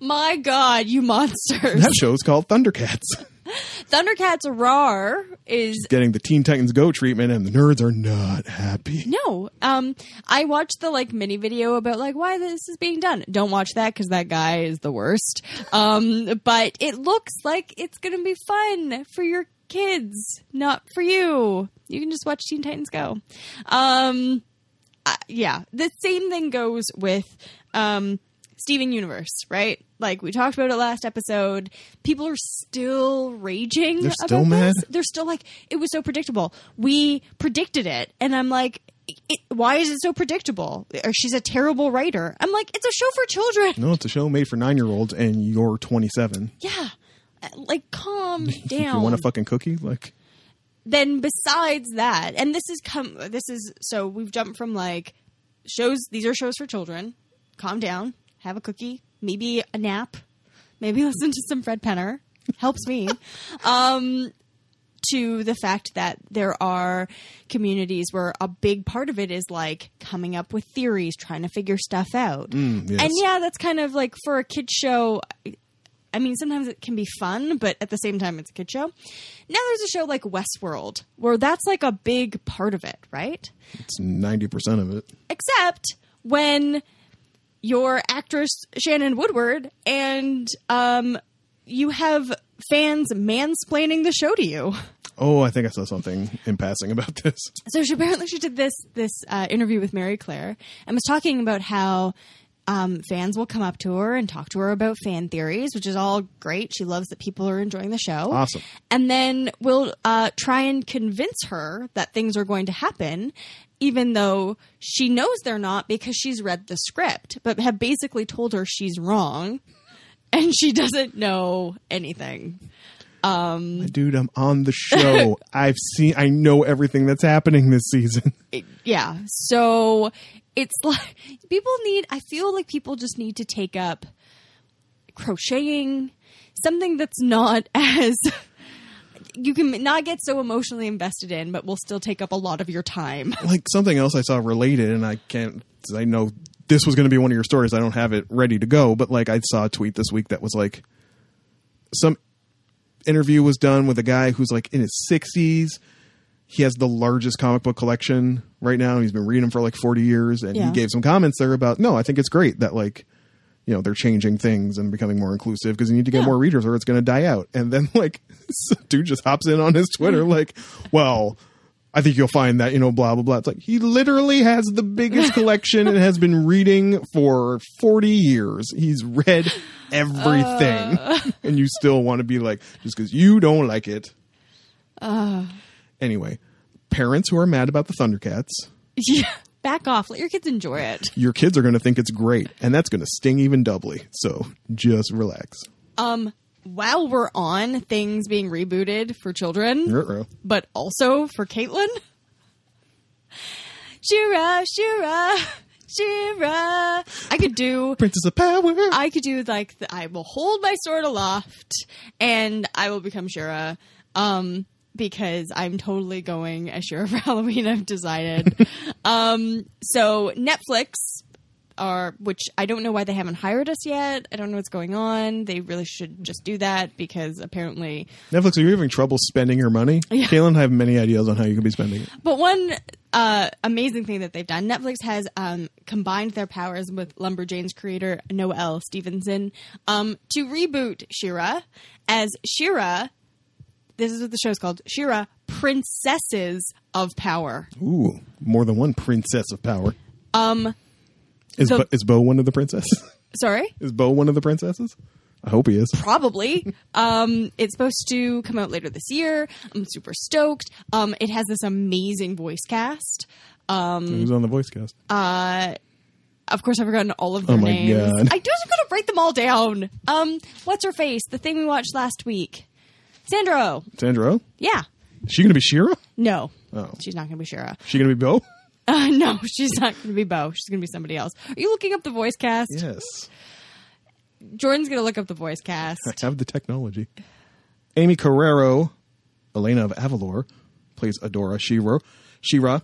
My God, you monsters!
That show's called Thundercats.
Thundercats Roar is
getting the Teen Titans Go treatment, and the nerds are not happy.
No. Um, I watched the like mini video about like why this is being done. Don't watch that because that guy is the worst. Um, but it looks like it's gonna be fun for your kids, not for you. You can just watch Teen Titans Go. Um, I- yeah, the same thing goes with um, Steven Universe, right? Like we talked about it last episode. People are still raging.
They're
about
still mad?
This. They're still like, it was so predictable. We predicted it, and I'm like, it, why is it so predictable? Or she's a terrible writer. I'm like, it's a show for children.
No, it's a show made for nine year olds, and you're 27.
Yeah. Uh, Like, calm down.
You want a fucking cookie? Like,
then besides that, and this is come this is so we've jumped from like shows these are shows for children. Calm down, have a cookie, maybe a nap, maybe listen to some Fred Penner. Helps me. um to the fact that there are communities where a big part of it is like coming up with theories, trying to figure stuff out.
yes.
And yeah, that's kind of like for a kid show. I mean, sometimes it can be fun, but at the same time, it's a kid show. Now there's a show like Westworld where that's like a big part of it, right?
it's 90% of it.
Except when your actress Shannon Woodward and um, you have fans mansplaining the show to you.
Oh, I think I saw something in passing about this.
so she apparently she did this this uh, interview with Mary Claire and was talking about how um, fans will come up to her and talk to her about fan theories, which is all great. She loves that people are enjoying the show.
Awesome.
And then we'll uh, try and convince her that things are going to happen, even though she knows they're not because she's read the script, but have basically told her she's wrong and she doesn't know anything.
Dude, I'm on the show. I've seen, I know everything that's happening this season.
it- yeah. So it's like people need. I feel like people just need to take up crocheting, something that's not as you can not get so emotionally invested in, but will still take up a lot of your time.
like something else I saw related, and I can't. 'cause I know this was going to be one of your stories. I don't have it ready to go, but like I saw a tweet this week that was like some interview was done with a guy who's like in his sixties. He has the largest comic book collection right now. He's been reading them for like forty years, and
Yeah.
he gave some comments there about no, I think it's great that like you know they're changing things and becoming more inclusive because you need to get
Yeah.
more readers or it's going to die out and then like some dude just hops in on his twitter like well i think you'll find that you know blah blah blah it's like he literally has the biggest collection and has been reading for 40 years he's read everything and you still want to be like just because you don't like it anyway parents who are mad about the thundercats
Yeah. Back off. Let your kids enjoy it.
your kids are going to think it's great and that's going to sting even doubly so just relax
Um, while we're on things being rebooted for children,
Ruh-roh.
but also for Caitlin. Shira, Shira, Shira. I could do.
Princess of Power.
I could do like the, I will hold my sword aloft and I will become Shira. Um, because I'm totally going as Shira for Halloween. I've decided. um, so Netflix are which I don't know why they haven't hired us yet. I don't know what's going on. They really should just do that because apparently
Netflix, are you having trouble spending your money?
Yeah.
Kaylin, I have many ideas on how you could be spending it.
But one uh, amazing thing that they've done, Netflix has um, combined their powers with Lumberjanes creator Noelle Stevenson um, to reboot Shira as Shira. This is what the show's called: Shira, Princesses of Power.
Ooh, more than one princess of power.
Um,
Is,
So-
Bo, is Bo one of the princesses?
sorry.
is Bo one of the princesses? I hope he is.
Probably. Um, it's supposed to come out later this year. I'm super stoked. Um, it has this amazing voice cast. Um,
Who's on the voice cast?
Of course, I've forgotten all of their
Oh my
names.
God.
I just going to write them all down. Um, what's her face? The thing we watched last week, Sandro.
Sandra? Oh?
Yeah,
Is she going to be Shira?
no,
Oh.
she's not going to be Shira.
Is she going to be Bo?
Uh, no, she's not going to be Bo. She's going to be somebody else. Are you looking up the voice cast?
Yes.
Jordan's going to look up the voice cast.
I have the technology. Amy Carrero, Elena of Avalor, plays Adora Shiro. Shira.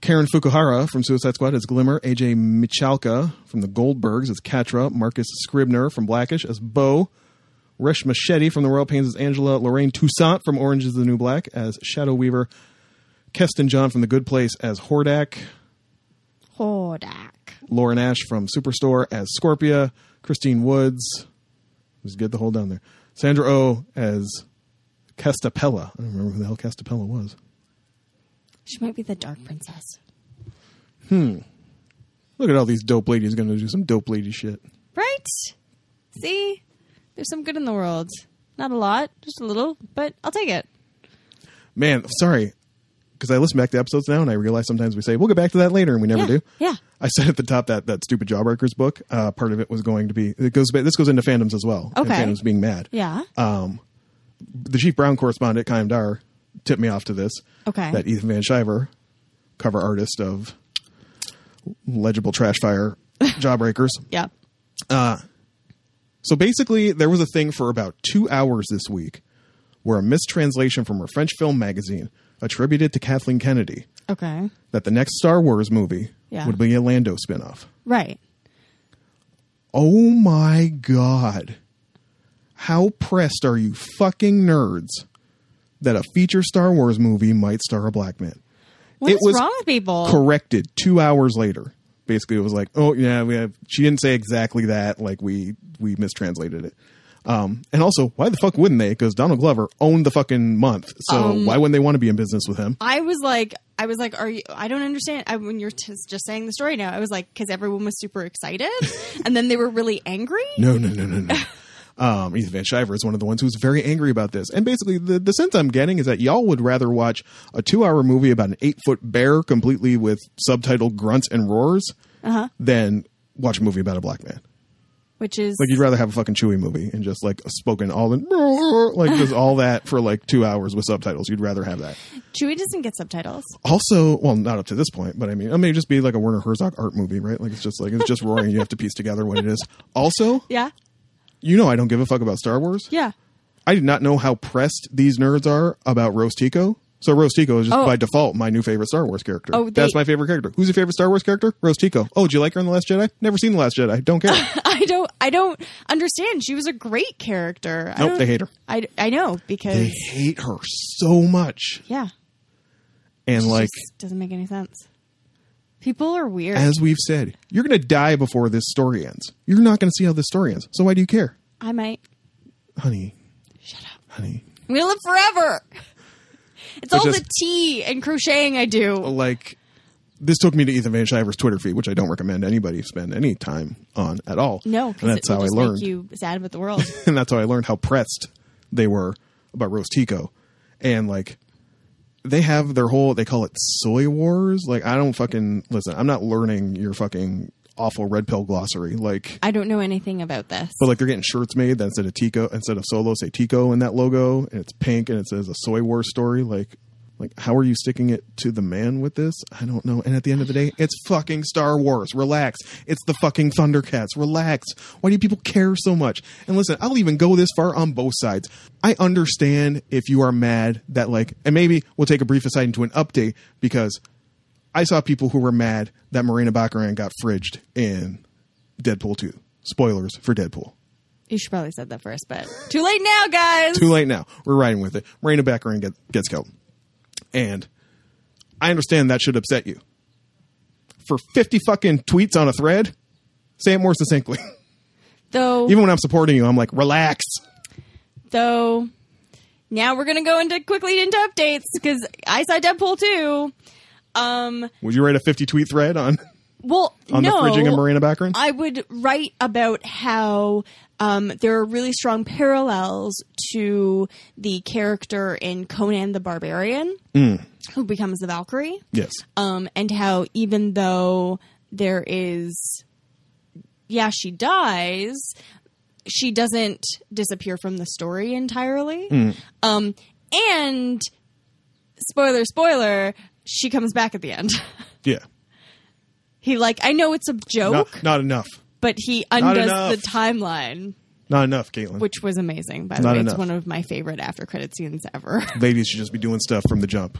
Karen Fukuhara from Suicide Squad as Glimmer, AJ Michalka from the Goldbergs as Katra, Marcus Scribner from Blackish as Bo, Resh Machete from the Royal Pains as Angela, Lorraine Toussaint from Orange is the New Black as Shadow Weaver, Keston John from The Good Place as Hordak,
Hordak.
Lauren Ash from Superstore as Scorpia, Christine Woods, it was good the whole down there, Sandra O oh as Castapella. I don't remember who the hell Castapella was.
She might be the Dark Princess.
Look at all these dope ladies going to do some dope lady shit.
Right? See, there's some good in the world. Not a lot, just a little, but I'll take it.
Man, sorry. Because I listen back to episodes now and I realize sometimes we say, we'll get back to that later, and we never
Yeah,
do.
yeah.
I said at the top that that stupid Jawbreakers book, uh, part of it was going to be, it goes, ba- this goes into fandoms as well. and
Okay.
fandoms being mad.
Yeah.
Uh. The Chief Brown correspondent, Kaim Dar, tipped me off to this.
Okay.
That Ethan Van Shiver, cover artist of legible trash fire Jawbreakers.
yeah.
So basically, there was a thing for about two hours this week where a mistranslation from a French film magazine attributed to Kathleen Kennedy
Okay.
that the next Star Wars movie
Yeah.
would be a Lando spinoff.
Right.
Oh my god. How pressed are you fucking nerds that a feature Star Wars movie might star a black man?
What's
was
wrong with people?
Corrected 2 hours later. Basically it was like, "Oh yeah, we have she didn't say exactly that, like we we mistranslated it." Um, and also, why the fuck wouldn't they? Because Donald Glover owned the fucking month, so why wouldn't they want to be in business with him?
I was like, I was like, are you? I don't understand. I, when you're t- just saying the story now, I was like, because everyone was super excited, and then they were really angry.
No, no, no, no, no. um, Ethan Van Shiver is one of the ones who's very angry about this. And basically, the, the sense I'm getting is that y'all would rather watch a two hour movie about an eight foot bear completely with subtitled grunts and roars than watch a movie about a black man.
Which is
Like, you'd rather have a fucking Chewy movie and just like spoken all in, like, just all that for like two hours with subtitles. You'd rather have that.
Chewy doesn't get subtitles.
Also, well, not up to this point, but I mean, I mean, it'd just be like a Werner Herzog art movie, right? Like, it's just like, it's just roaring. You have to piece together what it is. Also,
Yeah,
you know, I don't give a fuck about Star Wars.
yeah.
I did not know how pressed these nerds are about Rostico. So Rostico is just
Oh.
by default my new favorite Star Wars character.
Oh, they-
That's my favorite character. Who's your favorite Star Wars character? Rostico. Oh, did you like her in The Last Jedi? Never seen The Last Jedi. Don't care.
I don't. I don't understand. She was a great character. I
Nope,
don't-
they hate her.
I, I know because
they hate her so much.
yeah,
And
it
like
just doesn't make any sense. People are weird.
as we've said, you're going to die before this story ends. You're not going to see how this story ends. So why do you care?
I might.
Honey,
Shut up.
honey.
I'm gonna live forever. It's all
just- Oh,
the tea and crocheting I do.
Like this took me to Ethan Van Shiver's Twitter feed, which I don't recommend anybody spend any time on at all.
No,
and
because
that's how I
just
learned.
Make you sad about the world.
and that's how I learned how pressed they were about Rostico. And like they have their whole they call it soy wars. Like I don't fucking listen, I'm not learning your fucking awful red pill glossary. Like
I don't know anything about this.
but like they're getting shirts made that instead of Tico instead of Solo say Tico in that logo and it's pink and it says a soy war story. Like like how are you sticking it to the man with this? I don't know. And at the end of the day, it's fucking Star Wars. Relax. It's the fucking Thundercats. Relax. Why do people care so much? And listen, I'll even go this far on both sides. I understand if you are mad that like and maybe we'll take a brief aside into an update because I saw people who were mad that Marina Baccarin got fridged in Deadpool 2. Spoilers for Deadpool.
you should probably said that first, but too late now, guys.
Too late now. We're riding with it. Marina Baccarin get, gets killed. And I understand that should upset you. For 50 fucking tweets on a thread, say it more succinctly.
Though
Even when I'm supporting you, I'm like, relax.
though now we're gonna go into quickly into updates because I saw Deadpool too. Um.
Would you write a 50 tweet thread on,
Well,
on
no.
the fridging of Marina Baccarin?
I would write about how um, there are really strong parallels to the character in Conan the Barbarian,
Hmm.
who becomes the Valkyrie,
yes.
um, and how even though there is, yeah, she dies, she doesn't disappear from the story entirely.
Mm.
Um, and spoiler, spoiler, she comes back at the end.
Yeah.
he like, I know it's a joke
Not, not enough.
but he undoes
enough.
the timeline,
Not enough, Caitlin.
which was amazing. By the
Not
way,
enough.
it's one of my favorite after credit scenes ever.
Ladies should just be doing stuff from the jump.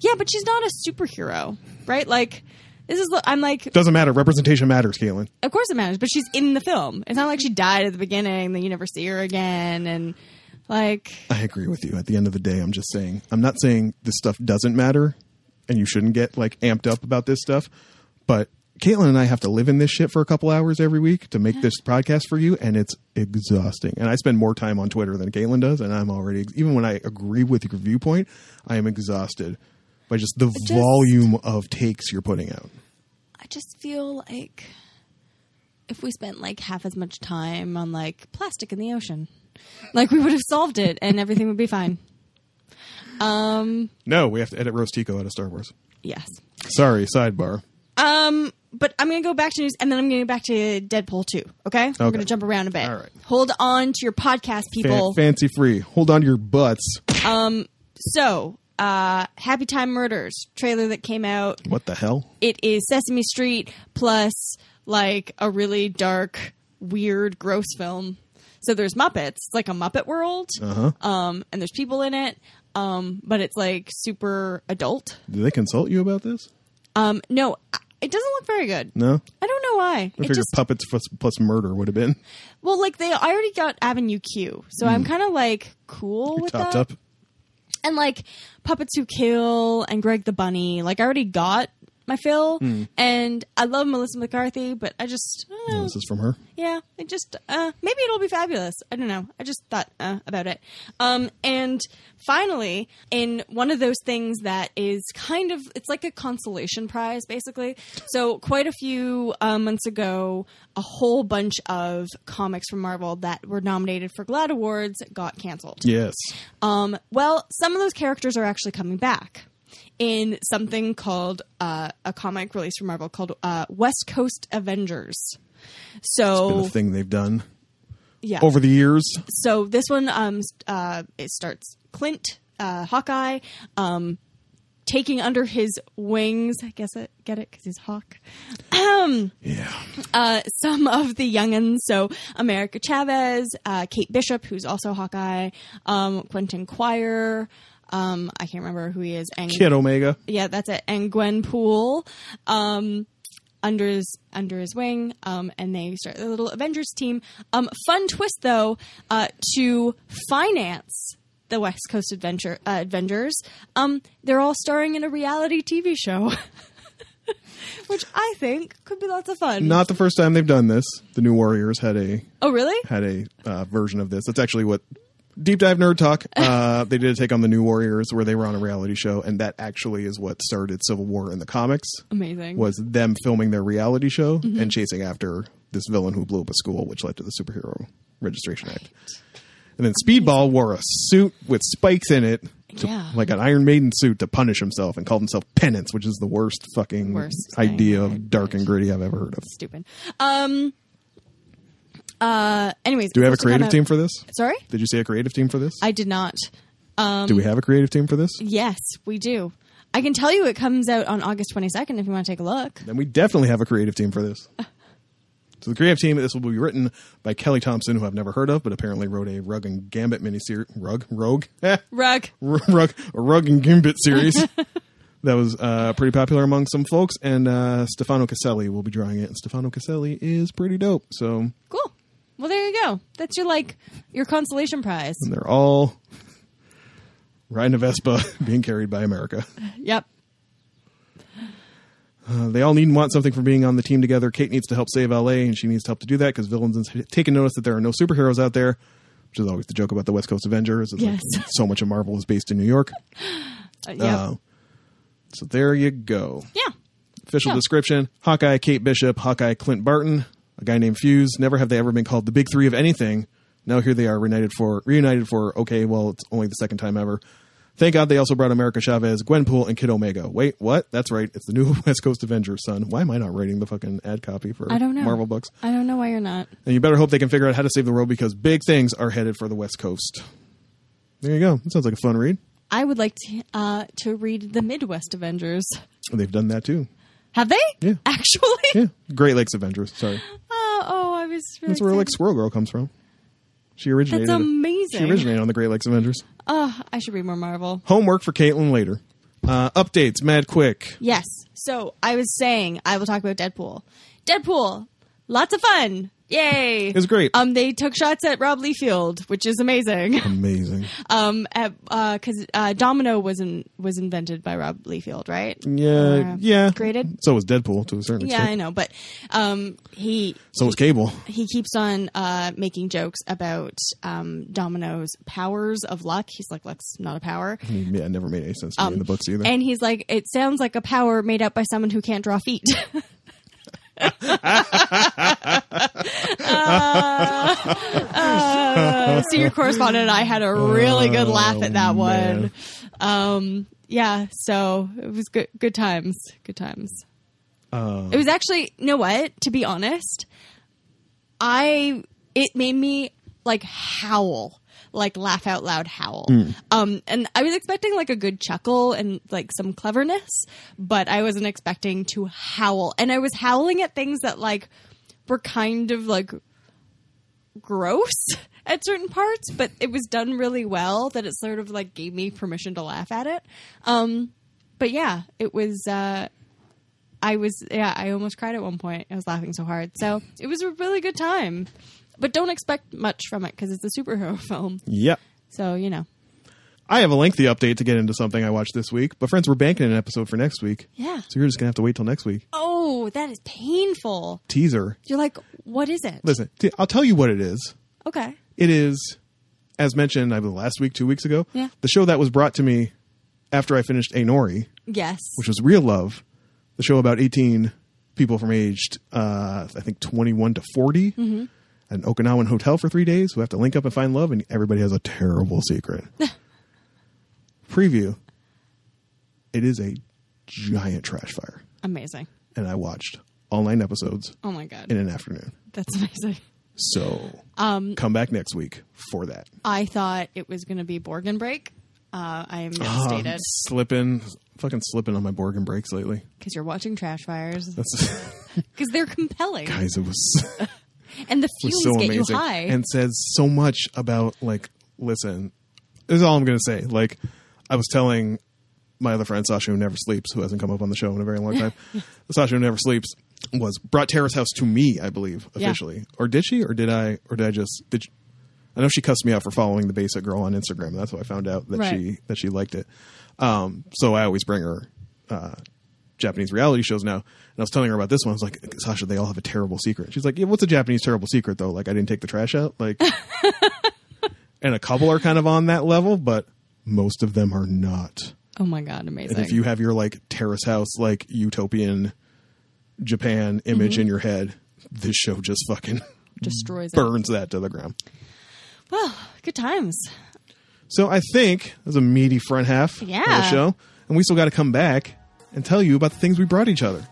yeah, but she's not a superhero, right? Like this is I'm like,
Doesn't matter. Representation matters, Caitlin.
of course it matters, but she's in the film. It's not like she died at the beginning, then you never see her again, and like
I agree with you. At the end of the day, I'm just saying, I'm not saying this stuff doesn't matter and you shouldn't get like amped up about this stuff, but Caitlin and I have to live in this shit for a couple hours every week to make this podcast for you, and it's exhausting. And I spend more time on Twitter than Caitlin does, and I'm already, even when I agree with your viewpoint, I am exhausted by just the
just-
volume of takes you're putting out.
I just feel like if we spent like half as much time on like plastic in the ocean, like we would have solved it and everything would be fine. Um.
No, we have to edit Rostico out of Star Wars.
Yes.
Sorry, sidebar.
Um, but I'm going to go back to news, and then I'm going to go back to Deadpool too. Okay, we're going to jump around a bit.
All right.
Hold on to your
Fan-
podcast, people.
fancy free. Hold on to your butts.
So, uh, Happy Time Murders trailer that came out.
What the hell?
It is Sesame Street plus like a really dark, weird, gross film. So there's Muppets, it's like a Muppet world,
Uh huh.
um, and there's people in it, um, but it's like super adult.
Did they consult you about this?
Um, no, I- it doesn't look very good.
No.
I don't know why.
I
It
figure
just
puppets plus, plus murder would have been
Well, like they already got Avenue Q, so I'm kind of like cool with
topped
that.
Hmm. up.
And like Puppets Who Kill and Greg the Bunny, like I already got my fill,
Hmm.
and I love Melissa McCarthy, but I just eh, I don't know,
This is from her.
yeah, it just uh, maybe it'll be fabulous. I don't know. I just thought uh, about it. Um, and finally, in one of those things that is kind of it's like a consolation prize, basically. So quite a few uh, months ago, a whole bunch of comics from Marvel that were nominated for GLAAD awards got canceled.
Yes.
Um, well, some of those characters are actually coming back in something called uh, a comic release from Marvel called uh, West Coast Avengers.
Been a
So
thing they've done
yeah,
over the years.
so this one um s- uh, it starts Clint uh, Hawkeye. Um, taking under his wings. I guess it get it because he's hawk. Um,
Yeah.
uh, some of the youngins. So America Chavez, uh, Kate Bishop, who's also Hawkeye, um, Quentin Quire. Um, I can't remember who he is. And
Kid Omega.
yeah, that's it. And Gwenpool, um, under his under his wing, um, and they start the little Avengers team. Um, fun twist though, uh, to finance the West Coast Adventure uh, Avengers, um, they're all starring in a reality TV show. Which I think could be lots of fun.
Not the first time they've done this. The New Warriors had a
oh, really?
had a uh, version of this. That's actually what Deep Dive Nerd Talk. Uh, they did a take on the New Warriors where they were on a reality show, and that actually is what started Civil War in the comics.
Amazing. Mm-hmm.
Was them filming their reality show and chasing after this villain who blew up a school, which led to the Superhero Registration Act. And then Speedball wore a suit with spikes in it, to-
Yeah.
like an Iron Maiden suit, to punish himself and called himself Penance, which is the worst fucking
Worst thing
idea
I've
of dark and
heard.
gritty I've ever heard of.
Stupid. Um. Uh. Anyways,
Do we have a creative team for this?
Sorry,
Did you say a creative team for this?
I did not.
Do we have a creative team for this?
Yes, we do. I can tell you it comes out on August 22nd if you want to take a look.
Then we definitely have a creative team for this. So the creative team, this will be written by Kelly Thompson, who I've never heard of, but apparently wrote a Rug and Gambit miniseries. Rug? Rogue? Eh,
Rug.
Rug, a Rug and Gambit series. that was uh, pretty popular among some folks, and uh, Stefano Caselli will be drawing it, and Stefano Caselli is pretty dope. So
Cool. Well, there you go. That's your like your consolation prize.
they're all riding a Vespa being carried by America.
Yep.
Uh, they all need and want something from being on the team together. Kate needs to help save LA, and she needs help to do that because villains have taken notice that there are no superheroes out there, which is always the joke about the West Coast Avengers. It's like
Yes.
so much of Marvel is based in New York.
Uh, yep.
Uh, so there you go.
yeah.
Official
Yeah.
description Hawkeye, Kate Bishop, Hawkeye, Clint Barton, a guy named Fuse. Never have they ever been called the big three of anything. Now here they are reunited for, reunited for, okay, well, it's only the second time ever. Thank God they also brought America Chavez, Gwenpool, and Kid Omega. Wait, what? That's right. It's the new West Coast Avengers, son. Why am I not writing the fucking ad copy for
I don't know.
Marvel books?
I don't know why you're not.
And you better hope they can figure out how to save the world because big things are headed for the West Coast. There you go. That sounds like a fun read.
I would like to uh, to read the Midwest Avengers.
They've done that too.
Have they?
Yeah.
Actually.
Yeah. Great Lakes Avengers. Sorry.
Oh, oh, I was. Really
That's where like
excited.
Squirrel Girl comes from. She originated.
That's amazing.
She originated on the Great Lakes Avengers.
Oh, I should read more Marvel.
Homework for Caitlin later. Uh, updates, mad quick.
Yes. So I was saying I will talk about Deadpool. Deadpool, lots of fun. Yay! It
was great.
Um, they took shots at Rob Liefeld, which is amazing.
Amazing.
Um, because uh 'cause uh, Domino was in, was invented by Rob Liefeld, right?
Yeah,
Uh,
yeah.
Created.
So was Deadpool to a certain
Yeah,
extent.
I know, but um, he
So was Cable.
he keeps on uh, making jokes about um, Domino's powers of luck. He's like, "Luck's not a power,"
Yeah, it never made any sense to me in the books either.
Um, and he's like, "It sounds like a power made up by someone who can't draw feet." uh, senior correspondent and I had a really good laugh at that
Oh,
one.
man.
Um, yeah, so it was good. Good times. Good times.
Uh,
It was actually, you know what? To be honest, I it made me like howl, like laugh out loud howl. Um, and I was expecting like a good chuckle and like some cleverness, but I wasn't expecting to howl, and I was howling at things that like were kind of like gross at certain parts, but it was done really well that it sort of like gave me permission to laugh at it. Um, but yeah, it was. Uh, I was yeah, I almost cried at one point. I was laughing so hard. So it was a really good time. But don't expect much from it because it's a superhero film.
yep.
So you know,
I have a lengthy update to get into something I watched this week, but friends, we're banking an episode for next week.
yeah.
So you're just gonna have to wait till next week.
Oh, that is painful.
Teaser.
You're like, what is it?
Listen, t- I'll tell you what it is.
Okay.
It is, as mentioned, I believe last week, two weeks ago.
Yeah.
The show that was brought to me after I finished Anori,
Yes.
which was Real Love, the show about eighteen people from aged, uh, I think twenty-one to 40 at an Okinawan hotel for three days who have to link up and find love, and everybody has a terrible secret. Preview. It is a giant trash fire,
Amazing.
and I watched all nine episodes
Oh my god,
in an afternoon.
that's amazing.
So um, come back next week for that.
I thought it was going to be Borgen Break. Uh, I am
Ah,
devastated
slipping, fucking slipping on my Borgen breaks lately.
because you're watching trash
Uh,
fires
That's
because they're compelling
guys, it was.
and the
was
fumes
so
get
amazing
you high.
and says so much about like listen this is all i'm gonna say like i was telling my other friend sasha who never sleeps who hasn't come up on the show in a very long time sasha who never sleeps was brought terrace house to me i believe
Yeah.
officially or did she or did i or did i just did i know she cussed me out for following the basic girl on instagram and that's how i found out that
Right.
she that she liked it um so i always bring her uh Japanese reality shows now. And I was telling her about this one. I was like, Sasha, they all have a terrible secret. She's like, Yeah, what's a Japanese terrible secret though? Like, I didn't take the trash out. Like, and a couple are kind of on that level, but most of them are not.
oh my god, amazing!
And if you have your like terrace house, like utopian Japan image in your head, this show just fucking
Destroys it.
burns that to the ground.
Well, good times.
So I think that's a meaty front half of the
Yeah.
show. And we still got to come back and tell you about the things we brought each other.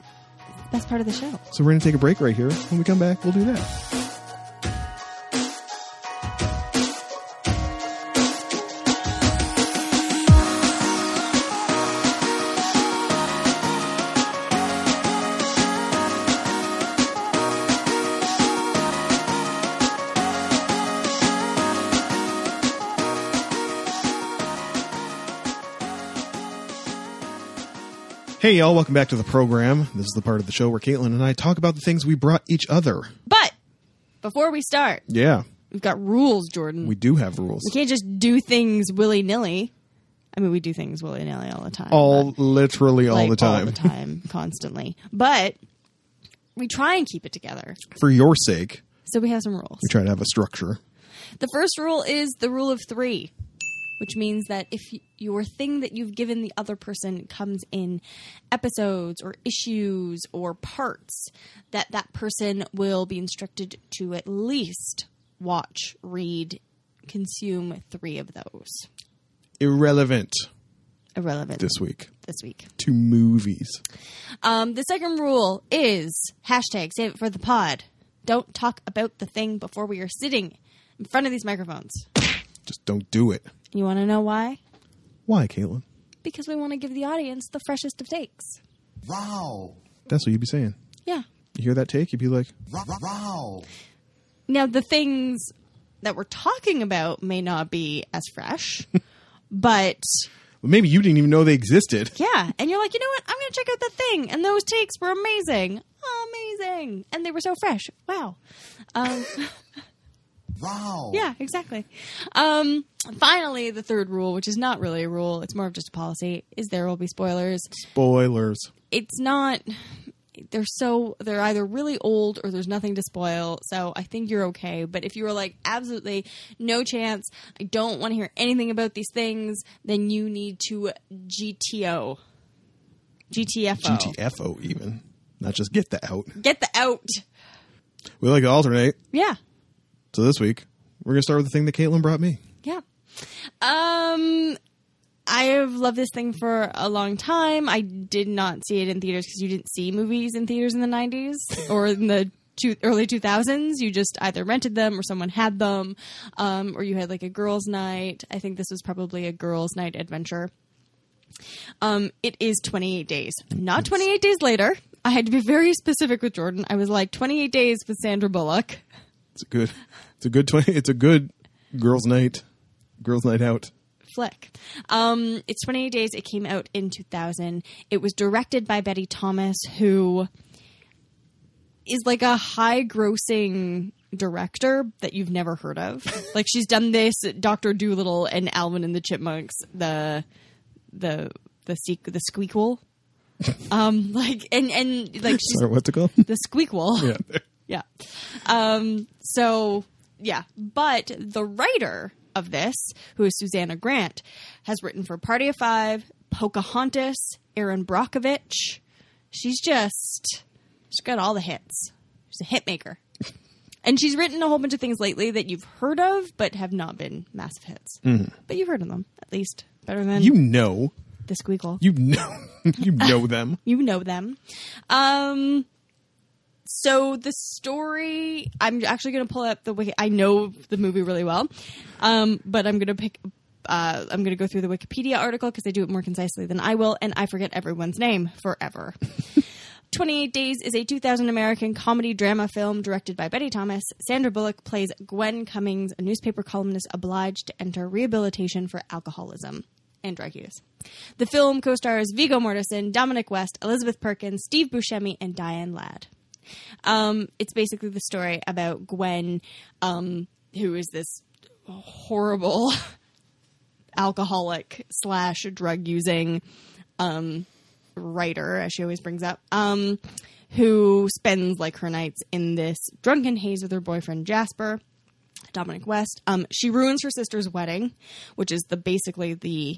Best part of the show.
So we're going to take a break right here. When we come back, we'll do that. Hey, y'all, welcome back to the program. This is the part of the show where Caitlin and I talk about the things we brought each other.
But before we start,
Yeah,
we've got rules, Jordan.
we
We,
do have rules.
can't just do things willy nilly. I mean, we do things willy nilly all the time.
All, literally
but,
all
like,
the time.
all the time, constantly. But we try and keep it together.
For your sake,
So we have some rules.
we try to have a structure.
The first rule is the rule of three, which means that if y- your thing that you've given the other person comes in episodes or issues or parts, that that person will be instructed to at least watch, read, consume three of those.
Irrelevant
Irrelevant
this week
this week.
to movies.
Um, the second rule is hashtag save it for the pod. Don't talk about the thing before we are sitting in front of these microphones.
Just don't do it.
You want to know why?
Why, Caitlin?
because we want to give the audience the freshest of takes.
Wow.
That's what you'd be saying.
Yeah.
You hear that take? You'd be like,
Wow. Wow.
Now, the things that we're talking about may not be as fresh, but
well, maybe you didn't even know they existed.
yeah. And you're like, you know what? I'm going to check out that thing. And those takes were amazing. Amazing. And they were so fresh. Wow. Um,
Wow.
yeah, exactly. Um, finally, the third rule, which is not really a rule, it's more of just a policy, is there will be spoilers.
Spoilers.
it's not they're so they're either really old or there's nothing to spoil so i think you're okay but if you were like absolutely no chance i don't want to hear anything about these things then you need to gto gtfo
GTFO, even. Not just get the out.
get the out
We like to alternate.
yeah
So this week, we're going to start with the thing that Caitlin brought me.
Yeah. Um I have loved this thing for a long time. I did not see it in theaters because you didn't see movies in theaters in the 90s or in the two, early 2000s. You just either rented them or someone had them um, or you had like a girls' night. I think this was probably a girls' night adventure. Um, it is 28 days, not 28 days later. I had to be very specific with Jordan. I was like 28 days with Sandra Bullock.
It's a good. It's a good. Tw- it's a good girls' night. Girls' night out.
flick. Um, it's 28 Days. It came out in 2000. It was directed by Betty Thomas, who is like a high grossing director that you've never heard of. like she's done this Doctor Doolittle and Alvin and the Chipmunks, the the the sequ- the squeakquel. um, like and and like she's
Sorry, what's it called?
the squeakquel.
yeah.
Yeah. Um, so, yeah. But the writer of this, who is Susanna Grant, has written for Party of Five, Pocahontas, Aaron Brockovich. She's just, she's got all the hits. She's a hit maker. And she's written a whole bunch of things lately that you've heard of, but have not been massive hits. But you've heard of them, at least. Better than
You know.
the squeakle
You know. you know them.
you know them. Um, so the story, I'm actually going to pull up the wiki. I know the movie really well, um, but I'm going to pick uh, I'm going to go through the Wikipedia article because they do it more concisely than I will, and I forget everyone's name forever. 28 Days is a 2000 American comedy drama film directed by Betty Thomas. Sandra Bullock plays Gwen Cummings, a newspaper columnist obliged to enter rehabilitation for alcoholism and drug use. The film co stars Vigo Mortensen, Dominic West, Elizabeth Perkins, Steve Buscemi, and Diane Ladd. Um, it's basically the story about Gwen, um, who is this horrible alcoholic slash drug using writer, as she always brings up, um, who spends like her nights in this drunken haze with her boyfriend Jasper, Dominic West. Um, she ruins her sister's wedding, which is the basically the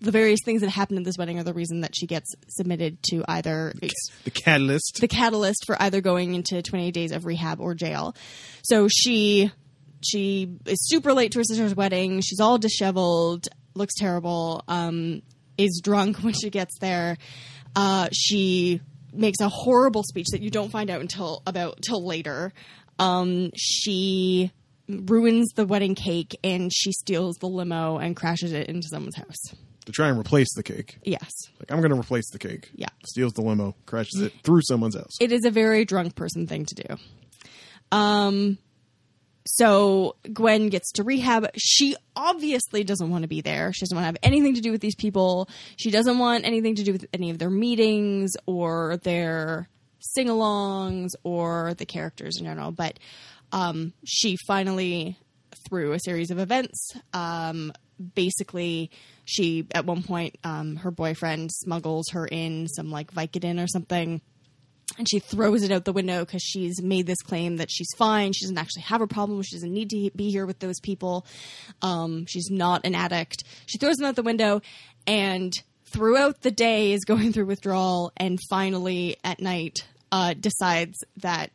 the various things that happened at this wedding are the reason that she gets submitted to either ex-
The catalyst.
the catalyst for either going into 28 days of rehab or jail. So she she is super late to her sister's wedding. She's all disheveled, looks terrible, um, is drunk when she gets there. Uh, she makes a horrible speech that you don't find out until about till later. Um, she ruins the wedding cake and she steals the limo and crashes it into someone's house.
to try and replace the cake.
Yes.
Like I'm going to replace the cake.
Yeah.
Steals the limo, crashes it through someone's house.
it is a very drunk person thing to do. Um, so Gwen gets to rehab. She obviously doesn't want to be there. She doesn't want to have anything to do with these people. She doesn't want anything to do with any of their meetings or their sing alongs or the characters in general. But um, she finally, through a series of events, um, basically, she at one point, um, her boyfriend smuggles her in some like Vicodin or something and she throws it out the window because she's made this claim that she's fine. She doesn't actually have a problem. She doesn't need to he- be here with those people. Um, she's not an addict. She throws them out the window, and throughout the day is going through withdrawal, and finally at night uh, decides that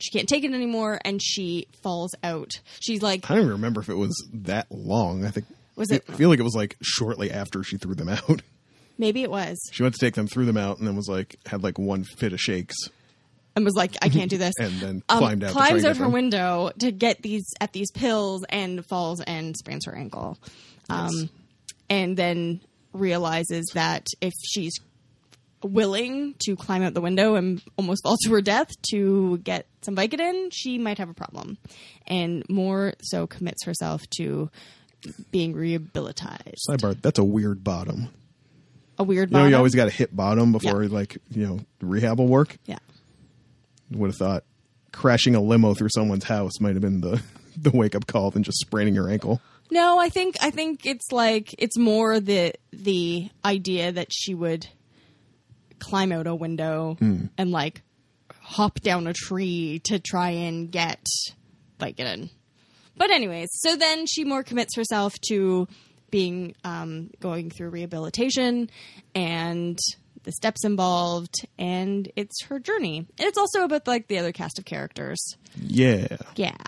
she can't take it anymore, and she falls out. She's like,
I don't even remember if it was that long. I think
Was it-
I feel like it was like shortly after she threw them out.
maybe it was,
she went to take them, threw them out, and then was like had like one fit of shakes.
and was like, I can't do this, Um,
And then climbed out to try
climbs
and
out
get
her
them.
window to get these at these pills, and falls and sprains her ankle. Um,
Yes.
and then realizes that if she's willing to climb out the window and almost fall to her death to get some Vicodin, she might have a problem, and more so commits herself to being rehabilitized.
Sidebar, that's a weird bottom.
A weird
You know,
bottom.
you always got to hit bottom before
Yeah.
like you know rehab will work.
yeah.
Would have thought crashing a limo through someone's house might have been the the wake up call than just spraining your ankle.
No, I think I think it's like it's more the the idea that she would climb out a window and like hop down a tree to try and get like get in. But anyways, so then she more commits herself to being um, going through rehabilitation and the steps involved, and it's her journey, and it's also about like the other cast of characters.
Yeah,
Yeah.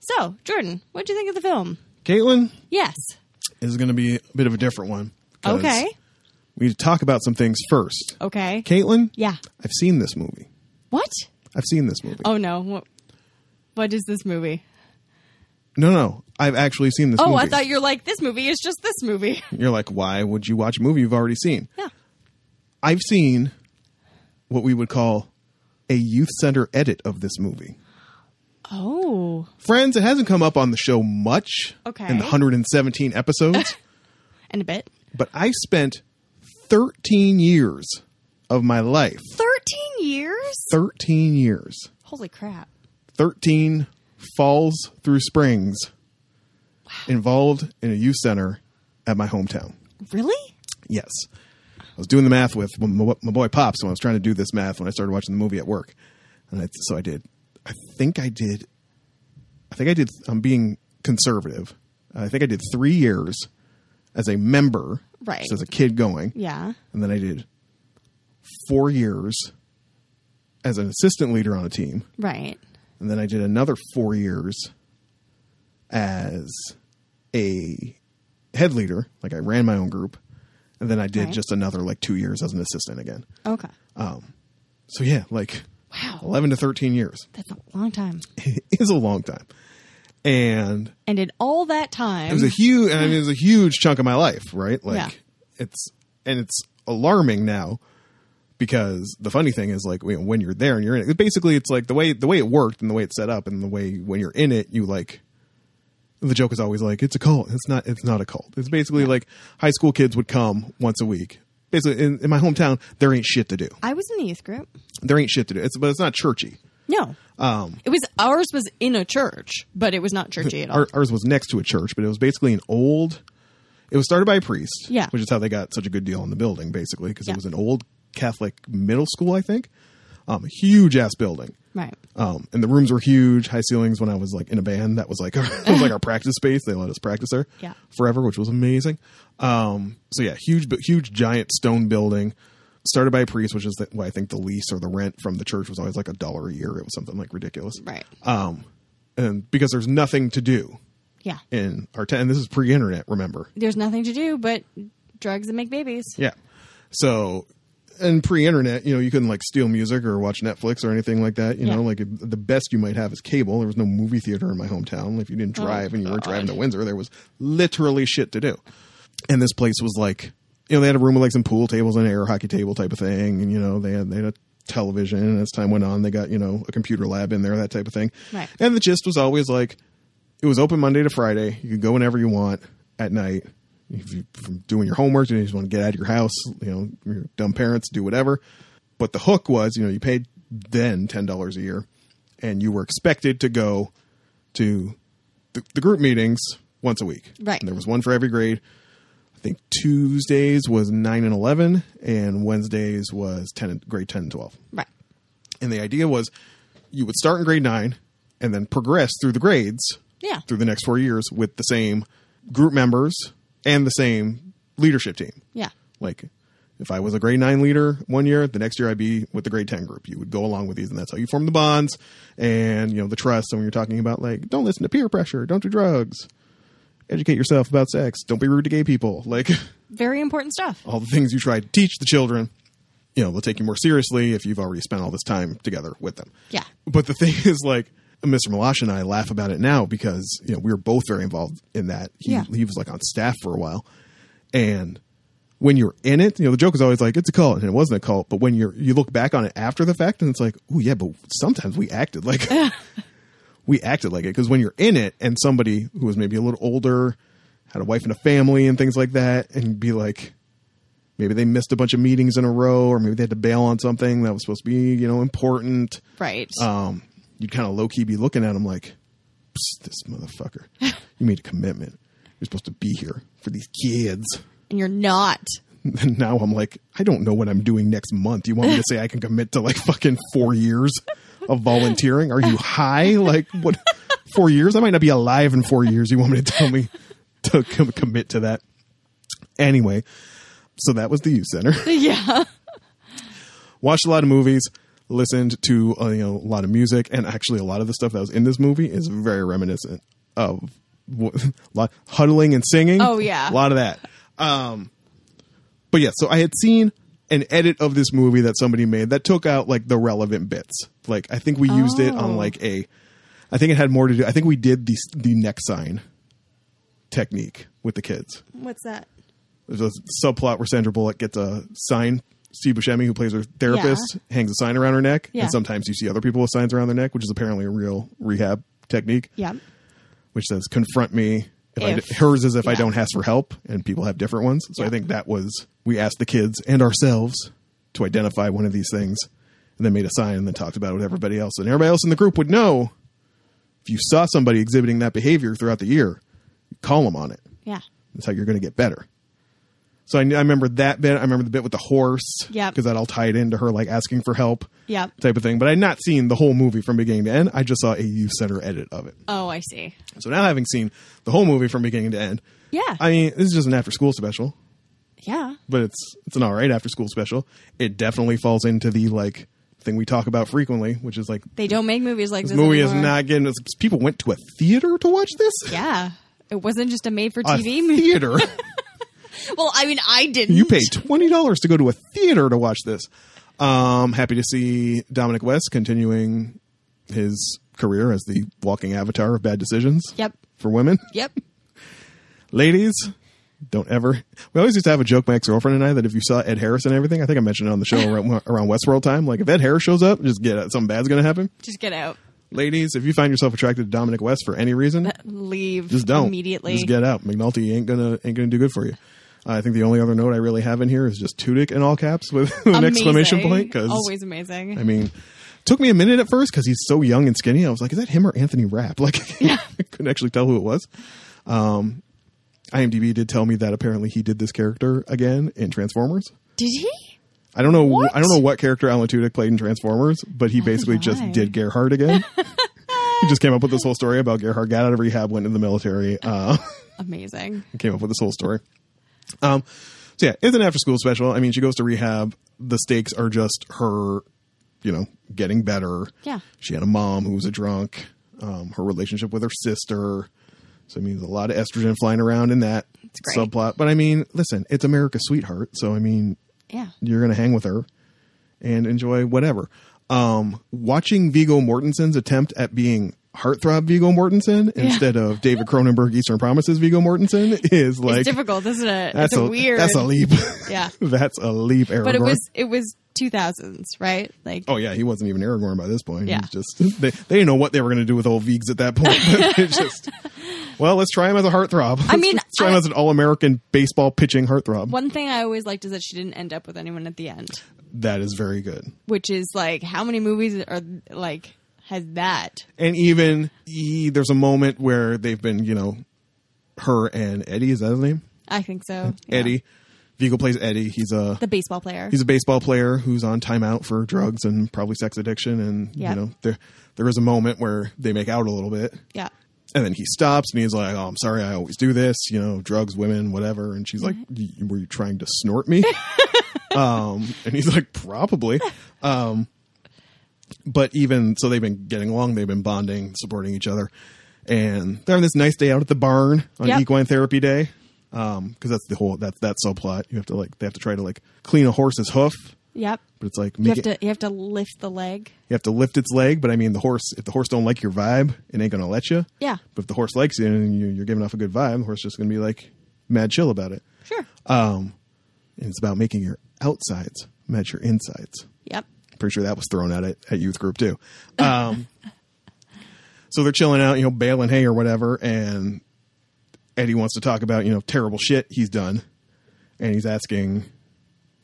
So Jordan, what do you think of the film?
Caitlin
Yes.
is going to be a bit of a different one. 'cause
Okay.
we need to talk about some things first.
Okay.
Caitlin,
Yeah.
I've seen this movie.
What?
I've seen this movie.
Oh no. What, what is this movie?
No, no, I've actually seen this.
Oh,
movie.
I thought you're like this movie is just this movie.
you're like, why would you watch a movie you've already seen?
Yeah.
I've seen what we would call a youth center edit of this movie.
Oh.
Friends, it hasn't come up on the show much
Okay.
in the 117 episodes,
And a bit.
but I spent 13 years of my life,
13 years?
13 years,
Holy crap.
13 falls through springs involved in a youth center at my hometown.
Really?
Yes. I was doing the math with my, my boy Pops when I was trying to do this math when I started watching the movie at work. And I, so I did, I think I did, I think I did, I'm being conservative. I think I did three years as a member,
Right.
just as a kid going.
Yeah.
And then I did four years as an assistant leader on a team.
Right.
And then I did another four years as a head leader. Like I ran my own group. And then I did
Right.
just another like two years as an assistant again.
Okay.
So yeah, like
Wow.
11 to 13 years
That's a long time.
is a long time. and
And in all that time,
it was a huge and I mean, it was a huge chunk of my life, right? Like
Yeah.
it's and it's alarming now because the funny thing is like when when you're there and you're in it, basically it's like the way the way it worked and the way it's set up and the way when you're in it you like the joke is always like it's a cult it's not it's not a cult it's basically like high school kids would come once a week basically in, in my hometown there ain't shit to do
I was in the youth group.
there ain't shit to do it's but it's not churchy
No,
um
it was ours was in a church, but it was not churchy at all.
our, ours was next to a church, but it was basically an old. It was started by a priest,
Yeah.
which is how they got such a good deal on the building, basically, because
Yeah.
it was an old Catholic middle school, I think. Um, huge ass building,
right.
um, and the rooms were huge, high ceilings. When I was like in a band, that was like our, that was like our practice space. They let us practice there,
Yeah.
forever, which was amazing. Um, so yeah, huge, bu- huge, giant stone building. Started by a priest, which is the, well, I think the lease or the rent from the church was always like a dollar a year. It was something like ridiculous,
Right.
Um, and because there's nothing to do
Yeah.
in our town. And this is pre-internet, remember?
There's nothing to do but drugs and make babies.
Yeah. So, and pre-internet, you know, you couldn't like steal music or watch Netflix or anything like that. You know,
Yeah.
like the best you might have is cable. There was no movie theater in my hometown. If you didn't drive and you weren't driving to Windsor, there was literally shit to do. And this place was like, you know, they had a room with like some pool tables and an air hockey table type of thing, and you know, they had they had a television. And as time went on, they got you know a computer lab in there, that type of thing.
Right.
And the gist was always like, it was open Monday to Friday. You could go whenever you want at night. If you're doing your homework, you just want to get out of your house, you know, your dumb parents, do whatever. But the hook was, you know, you paid then $10 a year and you were expected to go to the, the group meetings once a week.
Right.
And there was one for every grade. I think Tuesdays was 9 and 11 and Wednesdays was 10 and, grade 10 and 12.
Right.
And the idea was you would start in grade nine and then progress through the grades
Yeah.
through the next four years with the same group members and the same leadership team.
Yeah.
Like if I was a grade nine leader one year, the next year I'd be with the grade 10 group. You would go along with these and that's how you form the bonds and, you know, the trust. And when you're talking about like, don't listen to peer pressure, don't do drugs, educate yourself about sex, don't be rude to gay people. Like,
Very important stuff.
all the things you try to teach the children, you know, they'll take you more seriously if you've already spent all this time together with them.
Yeah.
But the thing is, like, Mr. Malash and I laugh about it now because, you know, we were both very involved in that. He,
Yeah.
he was like on staff for a while. And when you're in it, you know, the joke is always like, it's a cult and it wasn't a cult. But when you're, you look back on it after the fact and it's like, oh, yeah, but sometimes we acted like, we acted like it because when you're in it and somebody who was maybe a little older had a wife and a family and things like that and be like maybe they missed a bunch of meetings in a row or maybe they had to bail on something that was supposed to be you know important
Right.
um, you'd kind of low-key be looking at them like "Psst, this motherfucker you made a commitment you're supposed to be here for these kids
and you're not.
and now I'm like, I don't know what I'm doing next month. You want me to say I can commit to like fucking four years of volunteering? Are you high? Like what? Four years? I might not be alive in four years. You want me to tell me to com- commit to that? Anyway, so that was the youth center.
Yeah.
Watched a lot of movies, listened to uh, you know a lot of music, and actually a lot of the stuff that was in this movie is very reminiscent of what, lot, huddling and singing.
Oh, yeah.
a lot of that. But yeah, so I had seen an edit of this movie that somebody made that took out like the relevant bits. Like I think we used it on
Oh.
like a I think it had more to do. I think we did the the neck sign technique with the kids.
What's that?
There's a subplot where Sandra Bullock gets a sign. Steve Buscemi, who plays her therapist, hangs a sign around her neck,
Yeah.
and sometimes you see other people with signs around their neck, which is apparently a real rehab technique
Yeah.
which says confront me if, I d
If-
hers is if i
yeah.
don't ask for help and people have different ones so i
Yeah.
think that was we asked the kids and ourselves to identify one of these things and then made a sign and then talked about it with everybody else and everybody else in the group would know if you saw somebody exhibiting that behavior throughout the year call them on it
Yeah.
that's how you're going to get better so I, kn- I remember that bit i remember the bit with the horse
Yep.
because that all tied into her like asking for help
Yep.
type of thing but i had not seen the whole movie from beginning to end i just saw a youth center edit of it
Oh, I see.
so now having seen the whole movie from beginning to end,
Yeah.
I mean, this is just an after school special,
yeah.
but it's it's an all right after school special. It definitely falls into the like thing we talk about frequently, which is like
They don't make movies like
this
this.
movie is
anymore.
not getting this. People went to a theater to watch this.
Yeah. It wasn't just a made for
A
TV movie.
theater.
Well, I mean, I didn't.
you paid twenty dollars to go to a theater to watch this. Um, happy to see Dominic West continuing his career as the walking avatar of bad decisions
Yep.
for women.
Yep.
Ladies, don't ever. We always used to have a joke, my ex girlfriend and I, that if you saw Ed Harris and everything, I think I mentioned it on the show around, around Westworld time. Like, if Ed Harris shows up, just get it. Something bad's going to happen.
Just get out.
Ladies, if you find yourself attracted to Dominic West for any reason,
Leave.
just don't
Uh, immediately.
Just get out. McNulty ain't gonna ain't gonna do good for you. I think the only other note I really have in here is just Tudyk in all caps with an
Amazing.
exclamation point because
always amazing.
I mean, took me a minute at first because he's so young and skinny. I was like, is that him or Anthony Rapp? Like, I couldn't actually tell who it was. Um, IMDb did tell me that apparently he did this character again in Transformers.
Did he?
I don't know.
What?
I don't know what character Alan Tudyk played in Transformers, but he basically just
why.
did Gerhard again. he just came up with this whole story about Gerhard got out of rehab, went in the military. Uh,
Amazing.
came up with this whole story. Um, so yeah, it's an after school special. I mean, she goes to rehab. The stakes are just her, you know, getting better.
Yeah.
She had a mom who was a drunk. Um, her relationship with her sister. So I mean, there's a lot of estrogen flying around in that
great.
subplot. But I mean, listen, it's America's sweetheart. So I mean,
Yeah.
you're going to hang with her and enjoy whatever. Um, watching Vigo Mortensen's attempt at being heartthrob Vigo Mortensen instead of David Cronenberg Eastern Promises Vigo Mortensen is like
it's difficult, isn't it?
that's
it's a, weird.
that's a leap.
Yeah.
that's a leap. Aragorn.
But it was it was 2000s, right? Like
Oh yeah, he wasn't even Aragorn by this point.
Yeah.
He's just they, they didn't know what they were going to do with old Vigs at that point. But it's just well, let's try him as a heartthrob. Let's,
mean,
let's try him
I-
as an all-American baseball pitching heartthrob.
one thing I always liked is that she didn't end up with anyone at the end,
That is very good.
which is like how many movies are like has that?
and even he, there's a moment where they've been, you know, her and Eddie is that his name?
I think so. Yeah.
Eddie. Vigo plays Eddie. He's a
the baseball player.
he's a baseball player who's on timeout for drugs and probably sex addiction. And
Yeah.
you know, there there is a moment where they make out a little bit,
yeah.
and then he stops and he's like, "Oh, I'm sorry, I always do this. You know, drugs, women, whatever." And she's like,
Mm-hmm.
"Y- "Were you trying to snort me?" um, and he's like, "Probably." Um, but even so, they've been getting along. They've been bonding, supporting each other, and they're having this nice day out at the barn on
Yep.
Equine Therapy Day. Um, because that's the whole that's that subplot. You have to like they have to try to like clean a horse's hoof,
Yep.
but it's like
You have
make it-
to you have to lift the leg.
you have to lift its leg, but I mean, the horse, if the horse don't like your vibe, it ain't going to let you.
Yeah.
But if the horse likes you and you- you're giving off a good vibe, the horse just going to be like mad chill about it.
Sure.
Um, and it's about making your outsides match your insides.
Yep.
Pretty sure that was thrown at it at youth group too. Um, so they're chilling out, you know, baling hay or whatever, and Eddie wants to talk about you know terrible shit he's done, and he's asking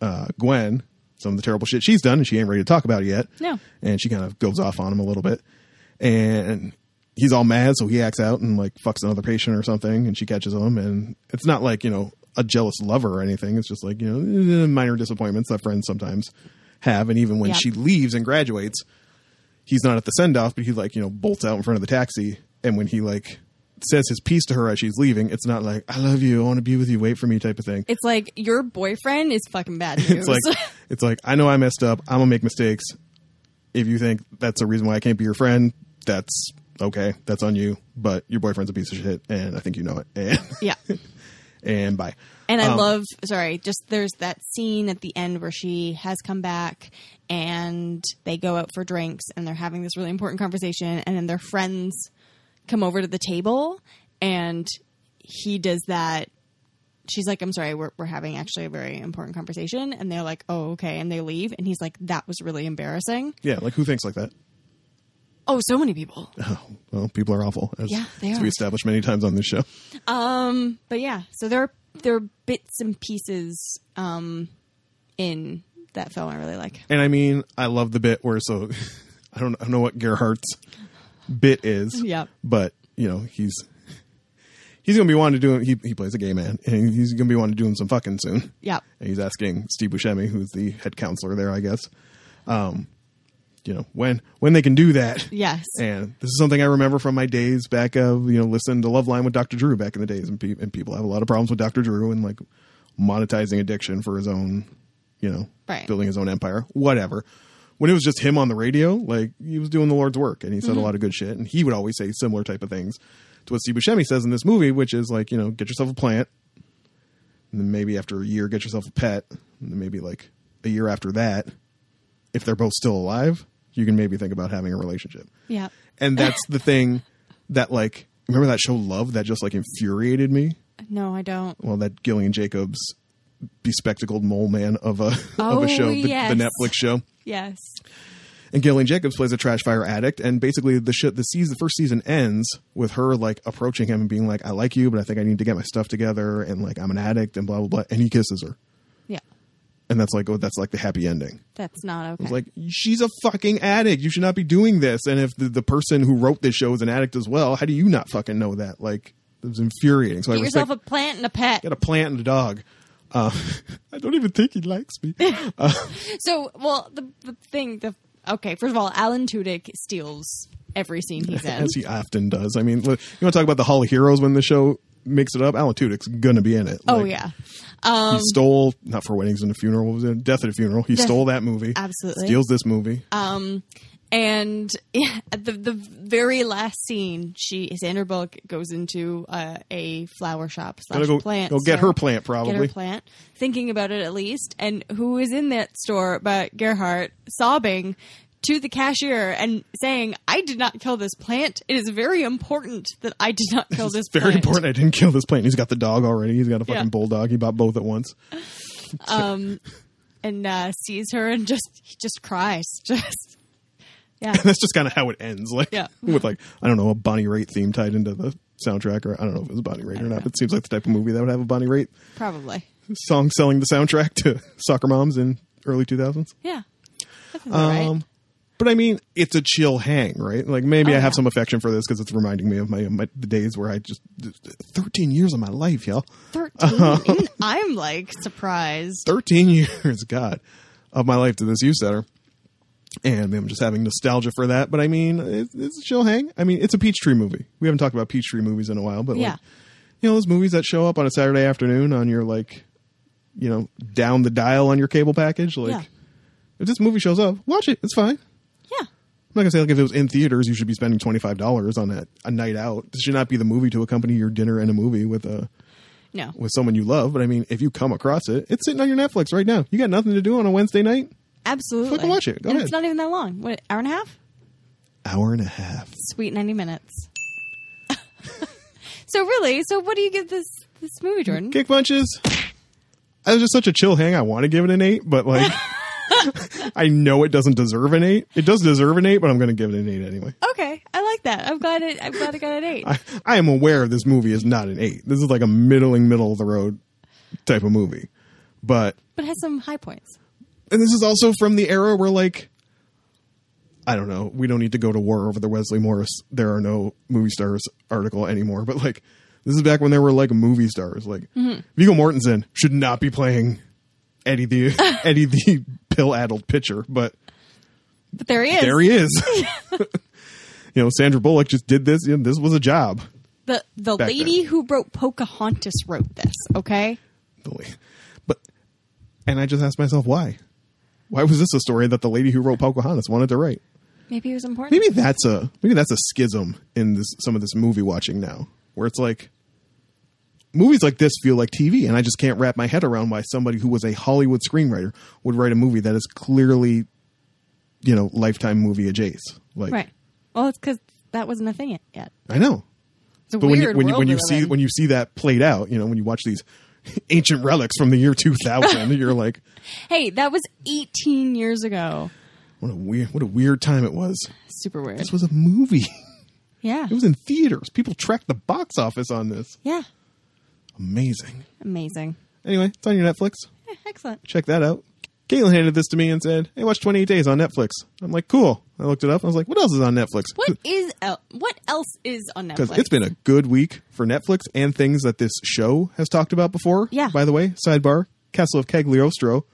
uh, Gwen some of the terrible shit she's done, and she ain't ready to talk about it yet.
No.
and she kind of goes off on him a little bit, and he's all mad, so he acts out and like fucks another patient or something, and she catches him, and it's not like you know a jealous lover or anything. It's just like you know eh, minor disappointments that friends sometimes have, and even when
Yeah.
she leaves and graduates, he's not at the send off, but he like you know bolts out in front of the taxi, and when he like says his piece to her as she's leaving, it's not like "I love you, I want to be with you, wait for me" type of thing.
It's like your boyfriend is fucking bad news.
It's like it's like I know I messed up, I'm gonna make mistakes. If you think that's a reason why I can't be your friend, that's okay, that's on you. But your boyfriend's a piece of shit, and I think you know it. And
yeah.
and bye.
And I
Um,
love, sorry, just there's that scene at the end where she has come back and they go out for drinks and they're having this really important conversation. And then their friends come over to the table and he does that. She's like, I'm sorry, we're, we're having actually a very important conversation. And they're like, oh, okay. And they leave. And he's like, that was really embarrassing.
yeah, like who thinks like that?
Oh, so many people.
Well, people are awful. As,
Yeah, they
as
are.
we established many times on this show.
But yeah, so there are, there are bits and pieces um, in that film I really like.
And I mean, I love the bit where so I don't I don't know what Gerhardt's bit is.
Yep.
But you know he's he's gonna be wanting to do he he plays a gay man and he's gonna be wanting to do him some fucking soon.
Yep.
And he's asking Steve Buscemi, who's the head counselor there, I guess. Um, you know when when they can do that.
Yes.
And this is something I remember from my days back of you know listening to Love Line with Dr. Drew back in the days, and, pe- and people have a lot of problems with Dr. Drew and like monetizing addiction for his own, you know,
Right.
building his own empire, whatever. When it was just him on the radio, like he was doing the Lord's work, and he
Mm-hmm.
said a lot of good shit, and he would always say similar type of things to what Steve Buscemi says in this movie, which is like you know get yourself a plant, and then maybe after a year get yourself a pet, and then maybe like a year after that, if they're both still alive, you can maybe think about having a relationship.
Yeah.
and that's the thing that like remember that show Love that just like infuriated me.
No, I don't.
Well, that Gillian Jacobs bespectacled mole man of a of
Oh,
a show, the-
yes.
the Netflix show.
Yes.
And Gillian Jacobs plays a trash fire addict, and basically the shit the season the first season ends with her like approaching him and being like, "I like you, but I think I need to get my stuff together, and like I'm an addict, and blah blah blah." And he kisses her,
Yeah.
and that's like, oh, that's like the happy ending.
That's not okay.
It's like she's a fucking addict. You should not be doing this. And if the, the person who wrote this show is an addict as well, how do you not fucking know that? Like it was infuriating. So I
Get yourself
respect,
a plant and a pet.
got a plant and a dog. Uh, I don't even think he likes me.
So, well, the, the thing, the okay. First of all, Alan Tudyk steals every scene he's in.
as he often does. I mean, look, you want to talk about the Hall of Heroes when the show makes it up? Alan Tudyk's gonna be in it.
oh
Like,
yeah, Um,
he stole not for weddings and a funeral. What was it? Death at a funeral. He
Death-
stole that movie.
Absolutely. Uh,
steals this movie.
and yeah, at the the very last scene, she Sandra Bullock goes into uh, a flower shop slash
Gotta go-
plant.
go get
store.
her plant, probably.
Get her plant. Thinking about it at least, and who is in that store but Gerhardt sobbing. To the cashier and saying, "I did not kill this plant. It is very important that I did not kill this.
it's very
plant."
important. I didn't kill this plant. He's got the dog already. He's got a fucking
Yeah.
bulldog. He bought both at once.
um, and uh, sees her and just he just cries. Just yeah,
that's just kind of how it ends. Like,
Yeah.
with like I don't know a Bonnie Raitt theme tied into the soundtrack, or I don't know if it was Bonnie Raitt or not. But it seems like the type of movie that would have a Bonnie Raitt
probably.
song selling the soundtrack to soccer moms in early two thousands.
Yeah, that sounds all right.
Um, but I mean, it's a chill hang, right? Like maybe
Oh,
I have
yeah.
some affection for this because it's reminding me of my, my the days where I just thirteen years of my life, y'all.
13
Uh-huh.
Even I'm like surprised.
Thirteen years, God, of my life to this youth center. And man, I'm just having nostalgia for that. But I mean, it's, it's a chill hang. I mean, it's a Peachtree movie. We haven't talked about Peachtree movies in a while, but
Yeah.
like, you know, those movies that show up on a Saturday afternoon on your like, you know, down the dial on your cable package. Like,
Yeah.
if this movie shows up, watch it. It's fine.
Yeah,
I'm not gonna say like if it was in theaters, you should be spending twenty five dollars on a, a night out. This should not be the movie to accompany your dinner and a movie with a
no,
with someone you love. But I mean, if you come across it, it's sitting on your Netflix right now. You got nothing to do on a Wednesday night,
absolutely.
Fucking watch it. Go
and
ahead.
It's not even that long. What hour and a half?
hour and a half.
Sweet ninety minutes. so really, so what do you give this this movie, Jordan?
Kick punches. I was just such a chill hang. I want to give it an eight, but like, I know it doesn't deserve an eight. It does deserve an eight, but I'm gonna give it an eight anyway.
Okay, I like that. I'm glad it. I'm glad I got an eight.
I, I am aware this movie is not an eight. This is like a middling, middle of the road type of movie, but
but it has some high points.
and this is also from the era where like I don't know, we don't need to go to war over the Wesley Morris there are no movie stars article anymore, but like this is back when there were like movie stars like Viggo Mortensen should not be playing Eddie the Eddie the pill-addled pitcher, but
But there he is.
there he is. you know, Sandra Bullock just did this, you know, this was a job.
the the
Back
lady who wrote Pocahontas wrote this. Okay.
The la- But and I just asked myself why? Why was this a story that the lady who wrote Pocahontas wanted to write?
Maybe it was important.
maybe that's a maybe that's a schism in this, some of this movie watching now, where it's like movies like this feel like TV, and I just can't wrap my head around why somebody who was a Hollywood screenwriter would write a movie that is clearly, you know, lifetime movie adjacent. Like,
right. Well, it's because that wasn't a thing yet.
I know,
It's a
but when you
weird
when you
world
when you
we live
see
in.
when you see that played out, you know, when you watch these ancient relics from the year two thousand, you're like,
hey, that was 18 years ago.
what a weird what a weird time it was.
Super weird.
This was a movie.
yeah.
It was in theaters. People tracked the box office on this.
yeah.
Amazing.
Amazing.
Anyway, it's on your Netflix.
Eh, Excellent.
Check that out. Caitlin handed this to me and said, "Hey, watch 28 Days on Netflix." I'm like, "Cool." I looked it up. I was like, "What else is on Netflix?"
What is el- what else is on
Because
Netflix?
it's been a good week for Netflix and things that this show has talked about before.
Yeah.
By the way, sidebar: Castle of Cagliostro,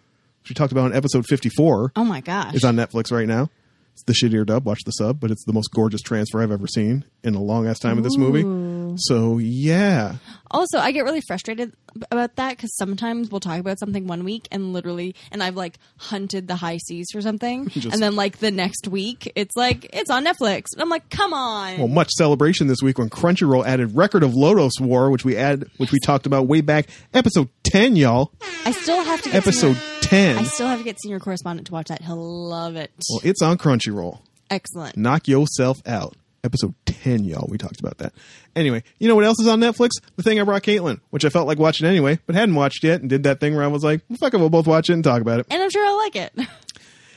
which we talked about on episode 54,
oh my gosh.
is on Netflix right now. It's the shittier dub. Watch the sub, but it's the most gorgeous transfer I've ever seen in a long ass time of this movie. So yeah,
also, I get really frustrated b- about that because sometimes we'll talk about something one week and literally, and I've like hunted the high seas for something,
Just-
and then like the next week, it's like it's on Netflix, and I'm like, come on.
Well, Oh, much celebration this week when Crunchyroll added Record of Lodos War, which we add, which we talked about way back episode ten, y'all.
I still have to get
Episode
senior-
ten.
I still have to get senior correspondent to watch that. He'll love it.
Well, it's on Crunchyroll.
Excellent.
Knock yourself out. Episode 10, y'all. We talked about that. Anyway, you know what else is on Netflix? The thing I brought Caitlin, which I felt like watching anyway, but hadn't watched yet, and did that thing where I was like, well, fuck it, we'll both watch it and talk about it
and I'm sure I'll like it.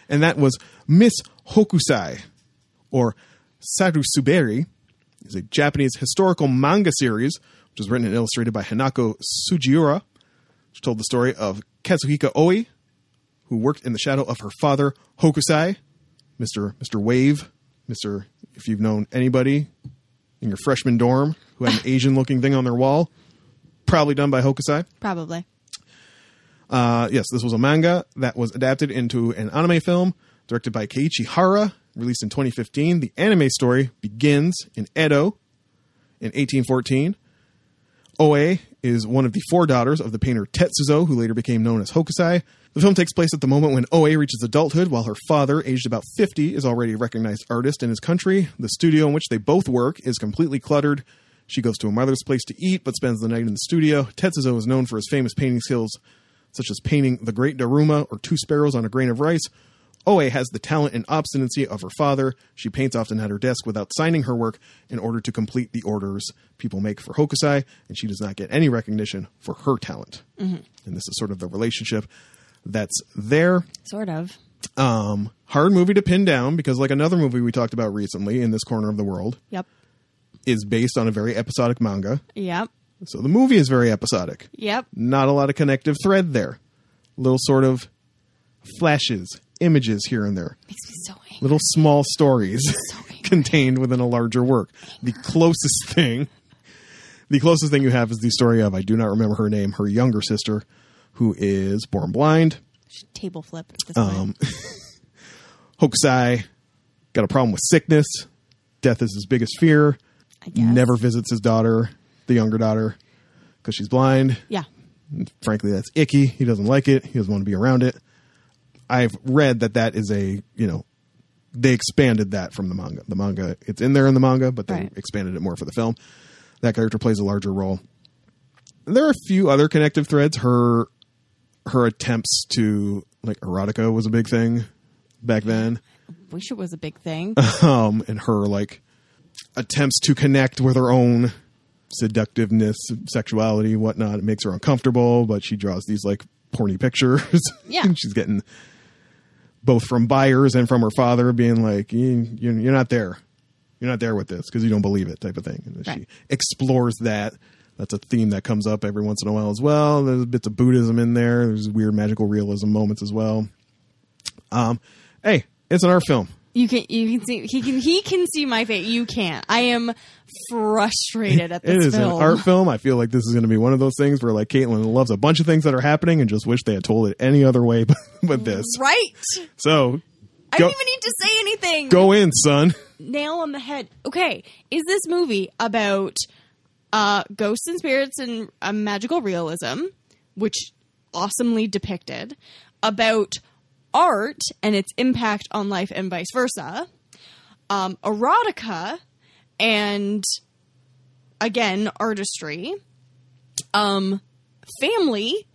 and that was Miss Hokusai, or Sarusuberi, is a Japanese historical manga series which was written and illustrated by Hanako Sujiura, which told the story of Kazuhika Oi, who worked in the shadow of her father Hokusai, Mister Mister Wave, Mister. If you've known anybody in your freshman dorm who had an Asian-looking thing on their wall, probably done by Hokusai.
Probably.
Uh, yes, this was a manga that was adapted into an anime film directed by Keiichi Hara, released in 2015. The anime story begins in Edo in 1814. Oe is one of the four daughters of the painter Tetsuzo, who later became known as Hokusai. The film takes place at the moment when Oe reaches adulthood, while her father, aged about 50, is already a recognized artist in his country. The studio in which they both work is completely cluttered. She goes to her mother's place to eat, but spends the night in the studio. Tetsuzo is known for his famous painting skills, such as painting The Great Daruma or Two Sparrows on a Grain of Rice. Oe has the talent and obstinacy of her father. She paints often at her desk without signing her work in order to complete the orders people make for Hokusai, and she does not get any recognition for her talent. And this is sort of the relationship that's there.
Sort of.
Um, hard movie to pin down because, like another movie we talked about recently in this corner of the world,
Yep.
is based on a very episodic manga.
Yep.
So the movie is very episodic
Yep.
not a lot of connective thread there. Little sort of flashes, images here and there,
Makes me so angry.
little small stories
angry.
contained within a larger work. The closest thing, the closest thing you have is the story of I do not remember her name, her younger sister, who is born blind.
Should Table flip at this
Um,
point.
Hokusai got a problem with sickness. Death is his biggest fear.
I guess.
Never visits his daughter, the younger daughter, because she's blind.
Yeah.
frankly that's icky he doesn't like it he doesn't want to be around it i've read that that is a you know they expanded that from the manga the manga it's in there in the manga but they
Right.
expanded it more for the film that character plays a larger role there are a few other connective threads her her attempts to like erotica was a big thing back then
Wish it was a big thing.
um, and her like attempts to connect with her own seductiveness, sexuality, whatnot. It makes her uncomfortable, but she draws these like porny pictures.
Yeah.
and she's getting both from buyers and from her father being like, "You- you- "You're not there. You're not there with this because you don't believe it," type of thing. And she
Right.
explores that. That's a theme that comes up every once in a while as well. There's bits of Buddhism in there. There's weird magical realism moments as well. Um, hey, it's an art film.
You can you can see he can he can see my face. You can't. I am frustrated at
It
this
is
film.
an art film. I feel like this is going to be one of those things where like Caitlin loves a bunch of things that are happening and just wish they had told it any other way but, but this.
Right?
So
Mm. I
go,
don't even need to say anything.
go in, son.
Nail on the head. Okay. Is this movie about uh ghosts and spirits and uh, magical realism, which awesomely depicted, about art and its impact on life and vice versa, um, erotica and again artistry, um, family,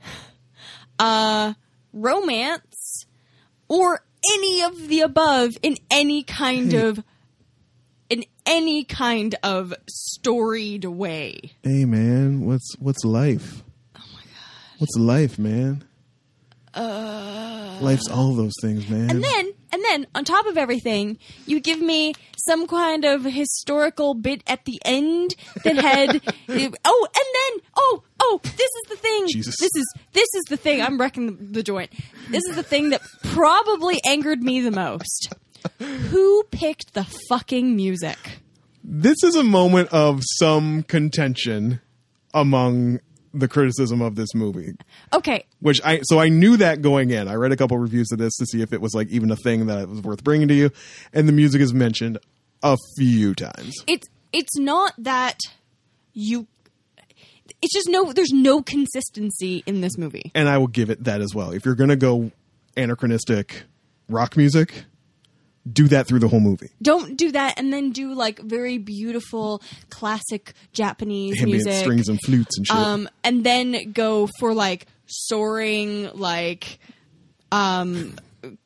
uh, romance, or any of the above in any kind of in any kind of storied way.
Hey man, what's what's life? Oh my god. What's life, man? Uh, Life's all those things, man.
And then, and then, on top of everything, you give me some kind of historical bit at the end that had. oh, and then, oh, oh, this is the thing.
Jesus.
This is this is the thing. I'm wrecking the, the joint. This is the thing that probably angered me the most. Who picked the fucking music?
this is a moment of some contention among the criticism of this movie.
Okay,
which I so I knew that going in. I read a couple reviews of this to see if it was like even a thing that was worth bringing to you, and the music is mentioned a few times.
it's it's not that you. It's just no. There's no consistency in this movie.
And I will give it that as well. If you're going to go anachronistic rock music, do that through the whole movie.
don't do that and then do like very beautiful classic Japanese
Ambient
music.
strings and flutes and shit.
um and then go for like soaring like um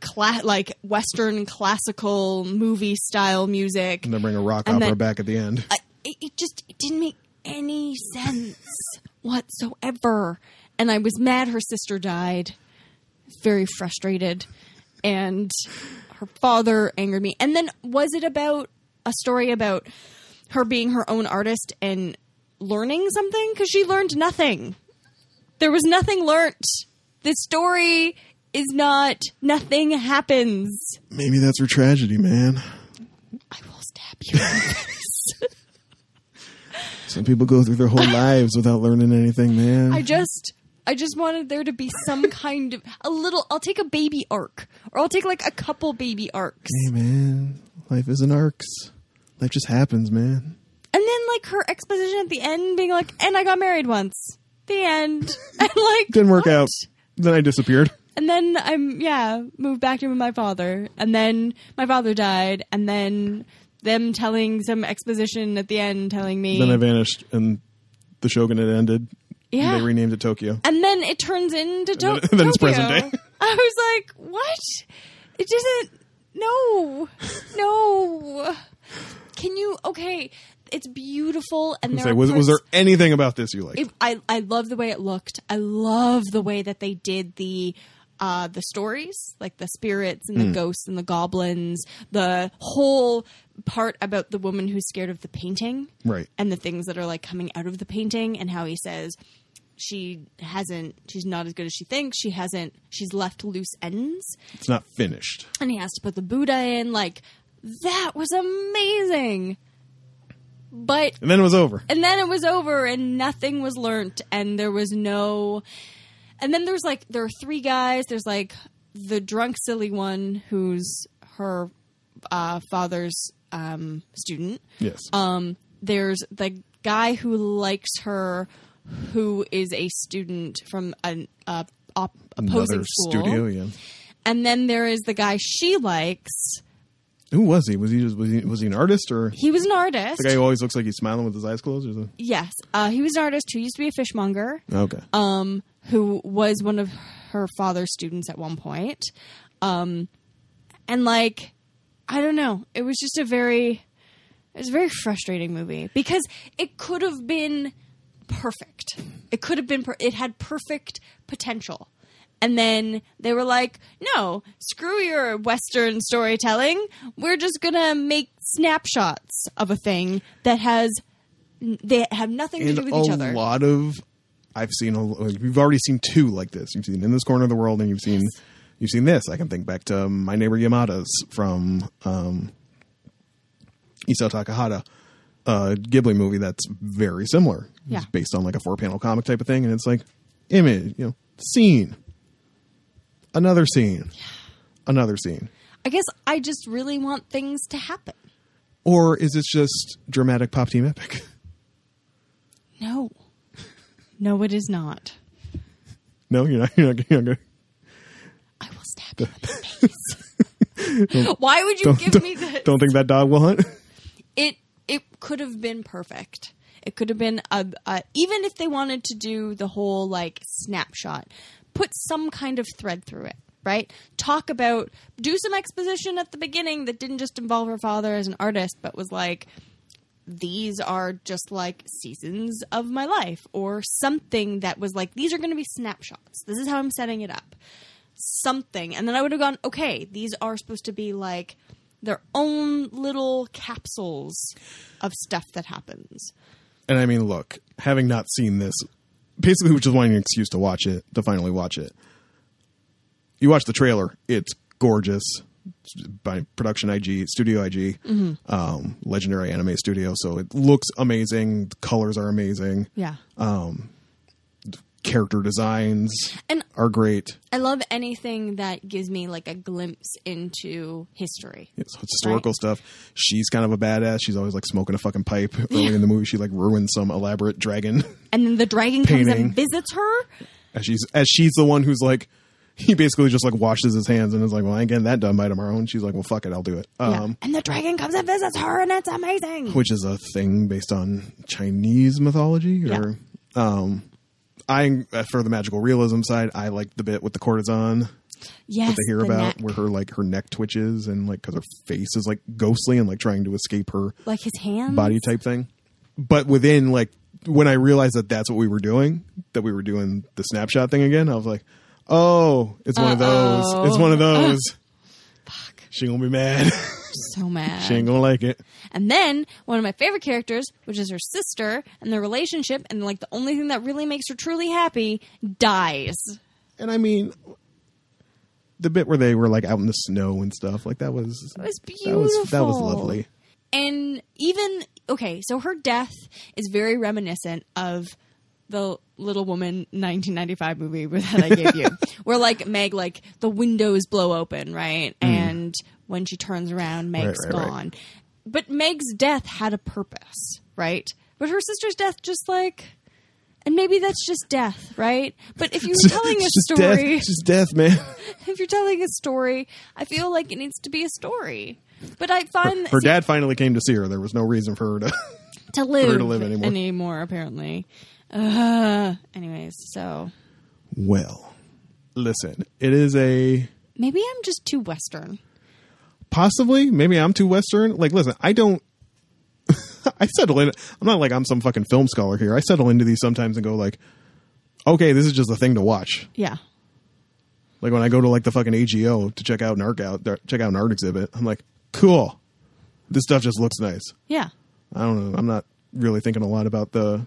cla- like Western classical movie style music.
and then bring a rock
And
opera
then-
back at the end.
I, it, it just it didn't make any sense whatsoever. And I was mad her sister died, very frustrated, and her father angered me. And then was it about a story about her being her own artist and learning something because she learned nothing. There was nothing learnt. The story is not nothing happens.
Maybe that's her tragedy, man.
I will stab you.
Some people go through their whole lives without learning anything, man.
I just I just wanted there to be some kind of a little I'll take a baby arc or I'll take like a couple baby arcs.
hey, man, life isn't arcs. Life just happens, man.
And then like her exposition at the end being like and I got married once. The end. And like
Didn't work
what?
out. Then I disappeared.
And then I'm yeah, moved back in with my father and then my father died and then them telling some exposition at the end telling me
Then I vanished, and the shogunate ended.
Yeah.
And they renamed it Tokyo.
and then it turns into to-
then- then it's
Tokyo.
present day.
I was like, what? It doesn't. No, no. Can you? Okay, it's beautiful, and there
Say,
are
was, was there
parts-
anything about this you liked?
if- I I love the way it looked. I love the way that they did the uh, the stories, like the spirits and the ghosts and the goblins. The whole part about the woman who's scared of the painting,
Right.
And the things that are like coming out of the painting, and how he says she hasn't, she's not as good as she thinks. She hasn't, she's left loose ends
it's not finished.
and he has to put the Buddha in. Like, that was amazing. But
And then it was over.
and then it was over and nothing was learnt and there was no and then there's like there are three guys there's like the drunk silly one who's her uh, father's um, student
Yes.
um, there's the guy who likes her who is a student from an uh, op- opposing
Another
school
studio, yeah.
and then there is the guy she likes
Who was he? Was he just was he, was he an artist or
he was an artist
the guy who always looks like he's smiling with his eyes closed? Or something?
yes uh, he was an artist who used to be a fishmonger
Okay.
um, who was one of her father's students at one point. Um, and like, I don't know, it was just a very, it was a very frustrating movie because it could have been perfect. It could have been, per- it had perfect potential. And then they were like, no, screw your Western storytelling. We're just going to make snapshots of a thing that has, they have nothing to
and
do with
a
each other.
lot of I've seen. A, you've already seen two like this. You've seen in this corner of the world, and you've seen you've seen this. I can think back to um, my neighbor Yamada's from um, Isao Takahata, a Ghibli movie that's very similar.
Yeah.
It's based on like a four panel comic type of thing, and it's like image, you know, scene, another scene, another scene.
I guess I just really want things to happen.
Or is it just dramatic pop team epic?
No. No, it is not.
No, you're not. You're not. You're not gonna,
I will stab you in the face. Why would you
don't,
give
don't-
me this?
don't think that dog will hunt.
It it could have been perfect. It could have been a, a even if they wanted to do the whole like snapshot, put some kind of thread through it, right? Talk about do some exposition at the beginning that didn't just involve her father as an artist, but was like these are just like seasons of my life or something that was like these are going to be snapshots this is how i'm setting it up something and then i would have gone okay these are supposed to be like their own little capsules of stuff that happens
And I mean, look, having not seen this, basically, which is why an excuse to watch it, to finally watch it. You watch the trailer; it's gorgeous It's by production IG, Studio IG, um, legendary anime studio. So it looks amazing. The colors are amazing.
yeah
Uh, Character designs
and
are great.
i love anything that gives me like a glimpse into history
It's historical stuff. She's kind of a badass. She's always like smoking a fucking pipe. Early in the movie, she like ruins some elaborate dragon.
and then the dragon comes
Painting.
and visits her
as she's as she's the one who's like he basically just like washes his hands and is like well i ain't getting that done by tomorrow and she's like well fuck it i'll do it
Yeah.
um
and the dragon comes and visits her and it's amazing
which is a thing based on chinese mythology
Yeah.
or uh, um i for the magical realism side i like the bit with the courtesan
Yes,
that they hear
the
about
neck.
where her like her neck twitches and like because her face is like ghostly and like trying to escape her
like his hands.
body type thing. But within like when I realized that that's what we were doing, that we were doing the snapshot thing again, I was like, oh, it's one of those. It's one of those. Fuck. She gonna be mad.
So mad.
she ain't gonna like it.
And then one of my favorite characters, which is her sister and their relationship, and like the only thing that really makes her truly happy, dies.
And I mean, the bit where they were like out in the snow and stuff like that was
It was
that
beautiful.
was that was lovely.
And even okay, so her death is very reminiscent of the Little Woman 1995 movie that I gave you, where like Meg, like the windows blow open, right? And when she turns around, Meg's
Hmm. right, right.
gone. But Meg's death had a purpose, right? But her sister's death just like. And maybe that's just death, right? But if you were telling a
It's just
story,
Death, it's just death, man.
if you're telling a story, I feel like it needs to be a story. But I find
Her
see,
dad finally came to see her. There was no reason for her to.
to live,
to live anymore.
apparently. Uh, anyways, so
well, listen, it is a
maybe I'm just too Western.
possibly maybe i'm too western like listen i don't i settle in i'm not like i'm some fucking film scholar here i settle into these sometimes and go like okay this is just a thing to watch
Yeah.
like when i go to like the fucking AGO to check out an art out uh, check out an art exhibit i'm like cool this stuff just looks nice
Yeah.
i don't know i'm not really thinking a lot about the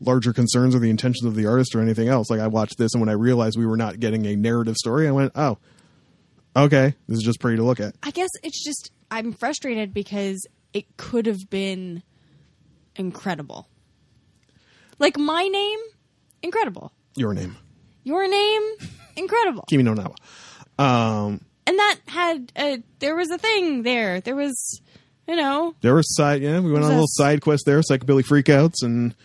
larger concerns or the intentions of the artist or anything else like i watched this and when i realized we were not getting a narrative story i went oh okay this is just pretty to look at
I guess it's just I'm frustrated because it could have been incredible. Like my name, incredible.
your name
Your name, incredible.
kimi no nawa
And that had a there was a thing there. There was you know,
There was side, yeah. We went on a little
Yes.
side quest there, psychobilly freakouts and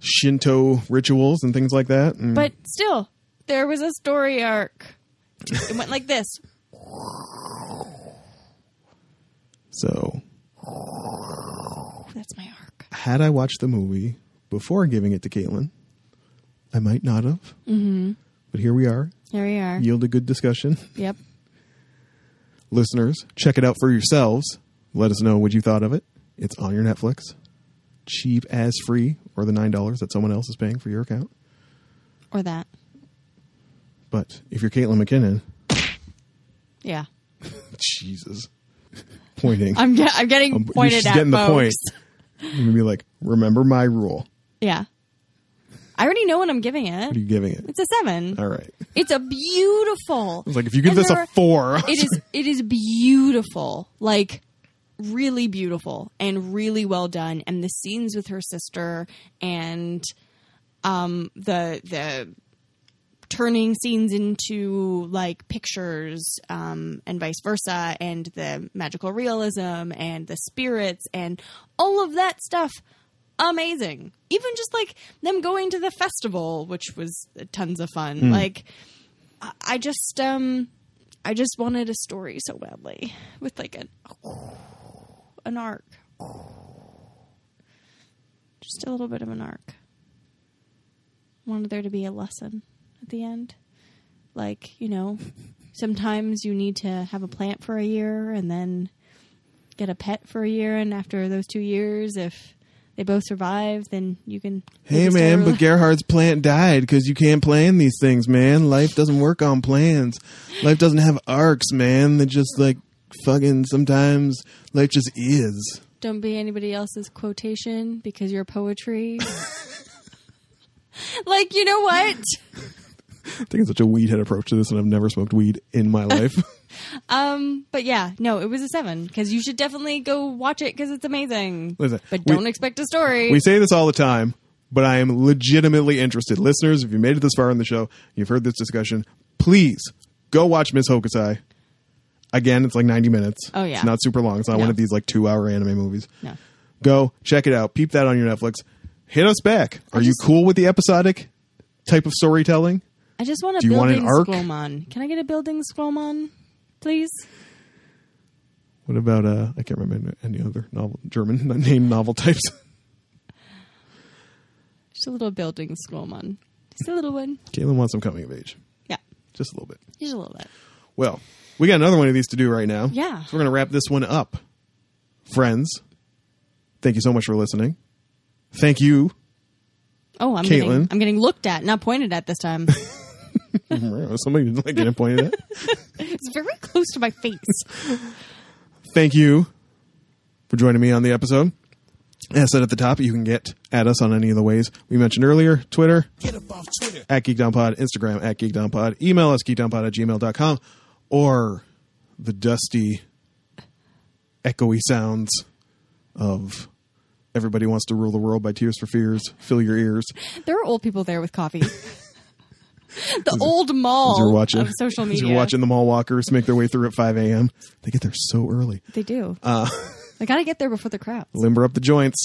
Shinto rituals and things like that. And
But still, there was a story arc. It went like this.
so,
Oh, that's my arc.
had I watched the movie before giving it to Caitlin, I might not have. Mm-hmm. But here we are.
Here we are.
Yield a good discussion,
Yep.
listeners. Check it out for yourselves. Let us know what you thought of it. It's on your Netflix, cheap as free, or the nine dollars that someone else is paying for your account.
Or that.
But if you're Caitlin McKinnon,
Yeah.
Jesus, pointing.
I'm get, I'm getting
Um,
pointed
she's
at.
getting the point.
folks.
I'm gonna be like, remember my rule.
Yeah. I already know what I'm giving it.
What are you giving it?
It's a seven.
All right. I
It's a beautiful.
was like, if you give
And
this
there
a
are-
four, I
It is. It is beautiful. Like really beautiful and really well done. And the scenes with her sister and um the the turning scenes into like pictures um, and vice versa and the magical realism and the spirits and all of that stuff amazing even just like them going to the festival which was tons of fun like I- i just um i just wanted a story so badly with like an an arc just a little bit of an arc wanted there to be a lesson at the end. Like, you know, sometimes you need to have a plant for a year and then get a pet for a year. And after those two years, if they both survive, then you can.
hey
you can
man,
still-
but Gerhard's plant died because you can't plan these things, man. Life doesn't work on plans. Life doesn't have arcs, man. They just like fucking sometimes life just is.
don't be anybody else's quotation because you're poetry. like, you know what?
I think it's such a weed head approach to this, and I've never smoked weed in my life.
Um, but yeah, no, it was a seven because you should definitely go watch it because it's amazing.
Listen,
but
we-
don't expect a story.
we say this all the time, but I am legitimately interested. Listeners, if you made it this far in the show, you've heard this discussion, please go watch Miss Hokusai. Again, it's like 90 minutes.
Oh, yeah.
It's not super long. It's not
No.
one of these like two hour anime movies.
no.
Go check it out. Peep that on your Netflix. Hit us back. Are
just-
you cool with the episodic type of storytelling?
I just want a
Do you want an
building
arc?
scrollmon. Can I get a building scrollmon, please?
What about uh I can't remember any other novel German named novel types.
Just a little building scrollmon. Just a little one.
Caitlin wants some coming of age.
Yeah.
just a little bit.
Just a little bit.
Well, we got another one of these to do right now.
Yeah.
So we're going to wrap this one up. Friends, thank you so much for listening. Thank you.
Oh, I'm
Caitlin.
getting I'm getting looked at, not pointed at this time.
Somebody didn't like getting pointed at.
it's very close to my face.
Thank you for joining me on the episode. As I said at the top, you can get at us on any of the ways we mentioned earlier Twitter,
Get up off Twitter.
at geekdownpod, Instagram at geekdownpod, email us geekdownpod at gmail.com, or the dusty, echoey sounds of Everybody Wants to Rule the World by Tears for Fears. Fill your ears.
There are old people there with coffee. the old mall
As you're watching,
Oh, of social
as
media.
you're watching the mall walkers make their way through at 5 a.m. They get there so early.
They do.
Uh,
they got to get there before the crowd.
limber up the joints.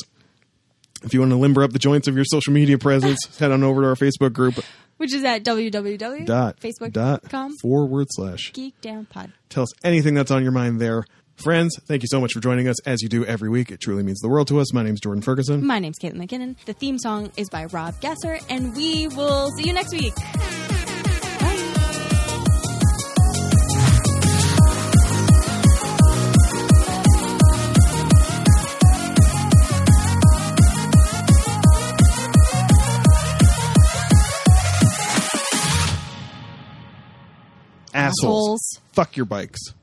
If you want to limber up the joints of your social media presence, head on over to our Facebook group.
Which is at
Dot
www.facebook.com.
dot forward slash.
Geek Down Pod.
Tell us anything that's on your mind there. Friends, thank you so much for joining us as you do every week. It truly means the world to us. My name's Jordan Ferguson.
My name's Caitlin McKinnon. The theme song is by Rob Gasser, and we will see you next week. Bye.
Assholes.
Assholes.
Fuck your bikes.